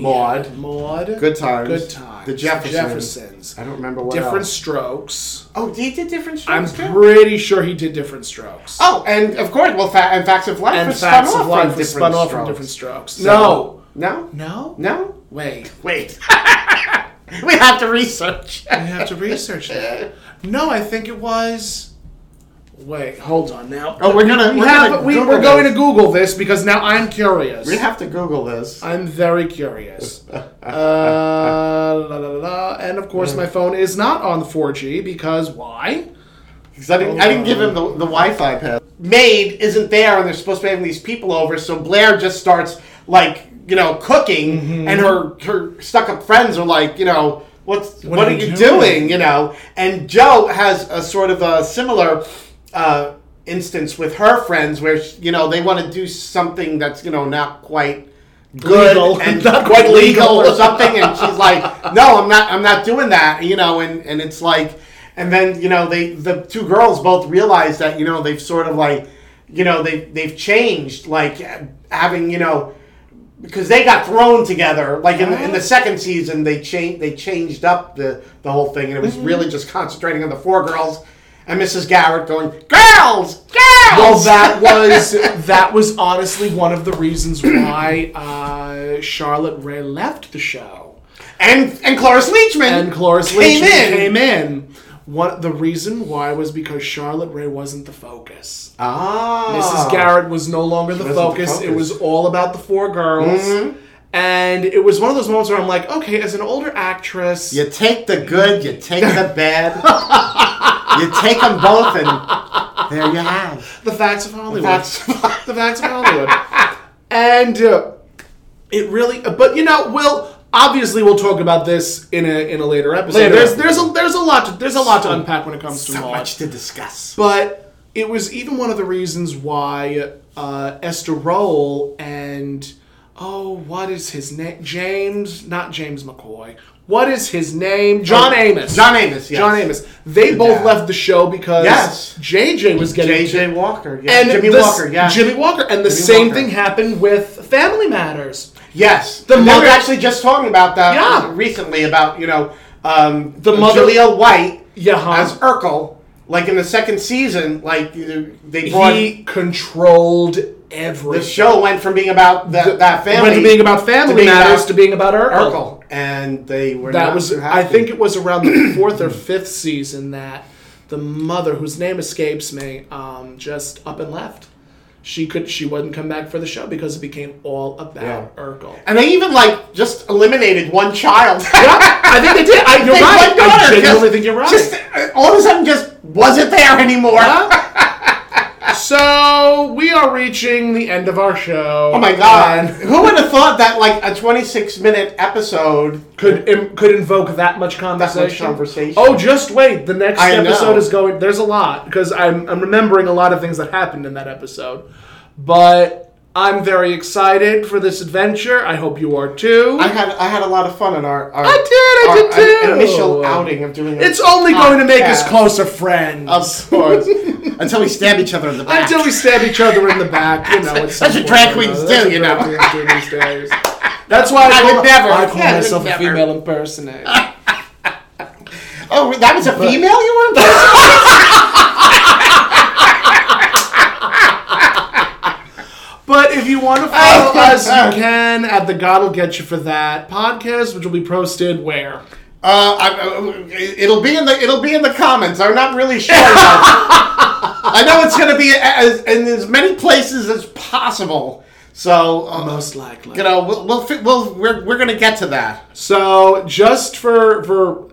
Speaker 3: Maud.
Speaker 2: Maud.
Speaker 4: Good times.
Speaker 2: Good times.
Speaker 4: The Jeffersons.
Speaker 2: Jeffersons.
Speaker 4: I don't remember what
Speaker 2: Different
Speaker 4: else.
Speaker 2: strokes.
Speaker 4: Oh, they did different
Speaker 2: I'm
Speaker 4: strokes too?
Speaker 2: pretty sure he did different strokes.
Speaker 4: Oh, and of course, well, fa- and Facts of Life
Speaker 2: and
Speaker 4: was
Speaker 2: Facts
Speaker 4: spun off
Speaker 2: of
Speaker 4: from
Speaker 2: Life was
Speaker 4: different
Speaker 2: spun off from
Speaker 4: strokes.
Speaker 2: different strokes.
Speaker 4: No. No?
Speaker 2: No.
Speaker 4: No?
Speaker 2: Wait.
Speaker 4: (laughs) Wait. we have to research.
Speaker 2: I have to research that. No, I think it was. Wait, hold on now.
Speaker 4: Oh, we're gonna-
Speaker 2: We
Speaker 4: we're
Speaker 2: have-
Speaker 4: gonna
Speaker 2: we-
Speaker 4: Google
Speaker 2: we're going
Speaker 4: this.
Speaker 2: to Google this because now I'm curious.
Speaker 4: we have to Google this.
Speaker 2: I'm very curious. Uh, la, la, la, la. And of course, my phone is not on 4G because why?
Speaker 4: 'Cause I didn't, I didn't give him the, the Wi-Fi pass.
Speaker 3: maid isn't there and they're supposed to be having these people over so blair just starts like you know cooking and her her stuck up friends are like you know what's what, are, you doing? you know and joe has a sort of a similar uh instance with her friends where she, you know they want to do something that's you know not quite good
Speaker 2: Legal.
Speaker 3: and
Speaker 2: Not
Speaker 3: (laughs) not quite legal
Speaker 2: legal.
Speaker 3: or something and she's like no i'm not i'm not doing that you know and and it's like and then you know they the two girls both realize that you know they've sort of like you know they they've changed like having you know because they got thrown together like in the, in the second season they changed they changed up the the whole thing and it was
Speaker 2: Mm-hmm.
Speaker 3: really just concentrating on the four girls and mrs garrett going girls
Speaker 2: (laughs)
Speaker 3: girls
Speaker 2: Well, that was that was honestly one of the reasons why uh, Charlotte Ray left the show.
Speaker 3: and and Cloris Leachman
Speaker 2: and Cloris
Speaker 3: came
Speaker 2: Leachman
Speaker 3: in.
Speaker 2: came in. What the reason why was because Charlotte Ray wasn't the focus.
Speaker 3: Ah,
Speaker 2: Mrs. Garrett was no longer the
Speaker 4: wasn't the
Speaker 2: focus. Mm-hmm. It
Speaker 4: focus.
Speaker 2: was all about the four girls. And it was one of those moments where I'm like, okay, as an older actress,
Speaker 4: You take the good, you take the bad, you take them both, and there you have.
Speaker 2: the facts of Hollywood.
Speaker 4: facts of
Speaker 2: (laughs) the facts of Hollywood. and uh, it really, but you know, we'll obviously we'll talk about this in a in a later episode.
Speaker 4: Later.
Speaker 2: There's there's a there's a lot to there's a lot to unpack when it comes to
Speaker 4: So
Speaker 2: Maud.
Speaker 4: much to discuss.
Speaker 2: But it was even one of the reasons why uh, Esther Roll and oh, what is his name? James, not James McCoy. What is his name?
Speaker 4: Oh,
Speaker 2: John Amos.
Speaker 3: John Amos, yes.
Speaker 2: John Amos. They both left the show because
Speaker 3: Yes.
Speaker 2: JJ was getting
Speaker 3: J.J. Walker, yeah.
Speaker 2: and
Speaker 3: Jimmy
Speaker 2: the-
Speaker 3: Walker, yeah,
Speaker 2: Jimmy Walker, and the same
Speaker 3: Walker.
Speaker 2: thing happened with Family Matters.
Speaker 3: yes.
Speaker 2: The
Speaker 3: The mother,
Speaker 2: mother-
Speaker 3: we were actually just talking about that
Speaker 2: Yeah.
Speaker 3: recently about you know um, the
Speaker 2: mother-
Speaker 3: Julia White
Speaker 2: Yeah, huh.
Speaker 3: as Urkel, like in the second season, like you- they brought
Speaker 2: He controlled everything.
Speaker 3: the show went from being about that that
Speaker 2: It
Speaker 3: family
Speaker 2: went to being about Family
Speaker 3: being
Speaker 2: Matters
Speaker 3: about
Speaker 2: to being about Urkel.
Speaker 3: Urkel, and they were
Speaker 2: That
Speaker 3: not
Speaker 2: was,
Speaker 3: too
Speaker 2: I
Speaker 3: happy.
Speaker 2: think it was around
Speaker 3: (clears throat)
Speaker 2: the fourth or fifth season that the mother, whose name escapes me, um, just up and left. She could, she wouldn't come back for the show because it became all about
Speaker 3: Yeah.
Speaker 2: Urkel.
Speaker 3: and they even like just eliminated one child.
Speaker 2: I think they did. I, you're
Speaker 3: They
Speaker 2: right.
Speaker 3: went on
Speaker 2: I
Speaker 3: her,
Speaker 2: genuinely
Speaker 3: just-
Speaker 2: think you're right.
Speaker 3: Just uh, all of a sudden, just wasn't there anymore.
Speaker 2: so we are reaching the end of our show.
Speaker 3: (laughs) Oh my god! Who would have thought that like a 26 minute episode?
Speaker 2: could Im- could invoke that much conversation.
Speaker 3: conversation.
Speaker 2: Oh, just wait. The next
Speaker 3: I
Speaker 2: episode
Speaker 3: know.
Speaker 2: is going. There's a lot because I'm I'm remembering a lot of things that happened in that episode, but I'm very excited for this adventure. I hope you are too.
Speaker 3: I had I had a lot of fun in our. our
Speaker 2: I did, I
Speaker 3: our-
Speaker 2: did
Speaker 3: our
Speaker 2: too.
Speaker 3: Initial outing of doing
Speaker 2: it's only going to make us
Speaker 3: Podcast.
Speaker 2: closer friends
Speaker 3: Oh,
Speaker 2: (laughs)
Speaker 3: Of course.
Speaker 4: Until we stab each other in the back.
Speaker 2: until we stab each other in the back. You know, at some
Speaker 3: That's what
Speaker 2: point
Speaker 3: drag
Speaker 2: or another. That's
Speaker 3: queens do,
Speaker 2: what
Speaker 3: you
Speaker 2: drag
Speaker 3: know.
Speaker 2: queens do these
Speaker 3: (laughs)
Speaker 2: days. That's why I,
Speaker 3: I would
Speaker 2: call,
Speaker 3: never.
Speaker 2: I call
Speaker 3: I would
Speaker 2: myself a
Speaker 3: never.
Speaker 2: female impersonator.
Speaker 3: oh, that was a female you
Speaker 2: (laughs)
Speaker 3: were. impressed?
Speaker 2: But if you want to follow us, you can at the God will get you for that podcast, which will be posted where.
Speaker 3: Uh, I, uh, it'll be in the it'll be in the comments. I'm not really sure.
Speaker 2: (laughs)
Speaker 3: I know it's going to be as, in as many places as possible. So uh,
Speaker 2: Most likely.
Speaker 3: you know we'll we'll, fi- we'll we're we're going to get to that.
Speaker 2: So just for for,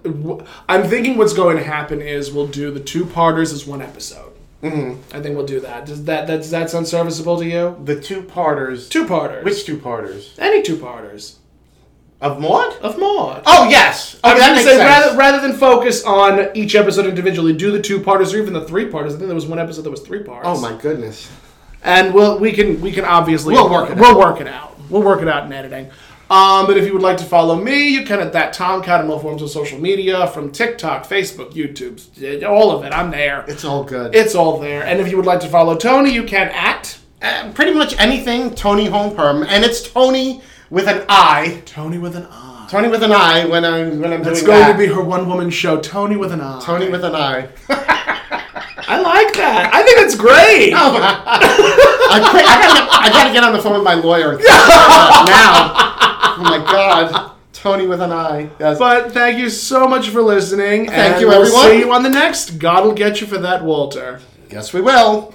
Speaker 2: I'm thinking what's going to happen is we'll do the two parters as one episode. Mm-hmm. I think we'll do that. Does that that does that sound serviceable to you?
Speaker 3: The two parters.
Speaker 2: Two parters.
Speaker 3: Which two parters?
Speaker 2: any two parters
Speaker 3: Of Maud?
Speaker 2: of Maud.
Speaker 3: Oh yes.
Speaker 2: I
Speaker 3: Okay,
Speaker 2: was
Speaker 3: that
Speaker 2: going to
Speaker 3: makes
Speaker 2: say
Speaker 3: sense.
Speaker 2: rather, rather than focus on each episode individually, do the two parters or even the three parters. I think there was one episode that was three parts.
Speaker 4: Oh my goodness.
Speaker 2: and we'll we can we can obviously
Speaker 3: We'll work it
Speaker 2: we'll work it out. We'll work it out in editing. Um, but if you would like to follow me, you can at that Tomcat on all forms of social media, from TikTok, Facebook, YouTube, all of it. I'm there.
Speaker 4: It's all good.
Speaker 2: It's all there. And if you would like to follow Tony, you can at
Speaker 3: Uh, pretty much anything Tony Home Perm, and it's Tony with an I.
Speaker 2: Tony with an eye.
Speaker 3: Tony with an I when I'm when I'm
Speaker 2: It's
Speaker 3: doing
Speaker 2: going
Speaker 3: that.
Speaker 2: to be her one woman show, Tony with an eye.
Speaker 3: Tony with an I.
Speaker 2: I like that. I think it's great.
Speaker 3: I, quit- I, gotta get, I gotta get on the phone with my lawyer and figure that
Speaker 2: (laughs)
Speaker 3: out now. Oh my god, Tony with an I. Yes.
Speaker 2: But thank you so much for listening.
Speaker 3: Thank
Speaker 2: and
Speaker 3: you,
Speaker 2: we'll
Speaker 3: everyone.
Speaker 2: See you on the next. God will get you for that, Walter.
Speaker 3: Yes, we will.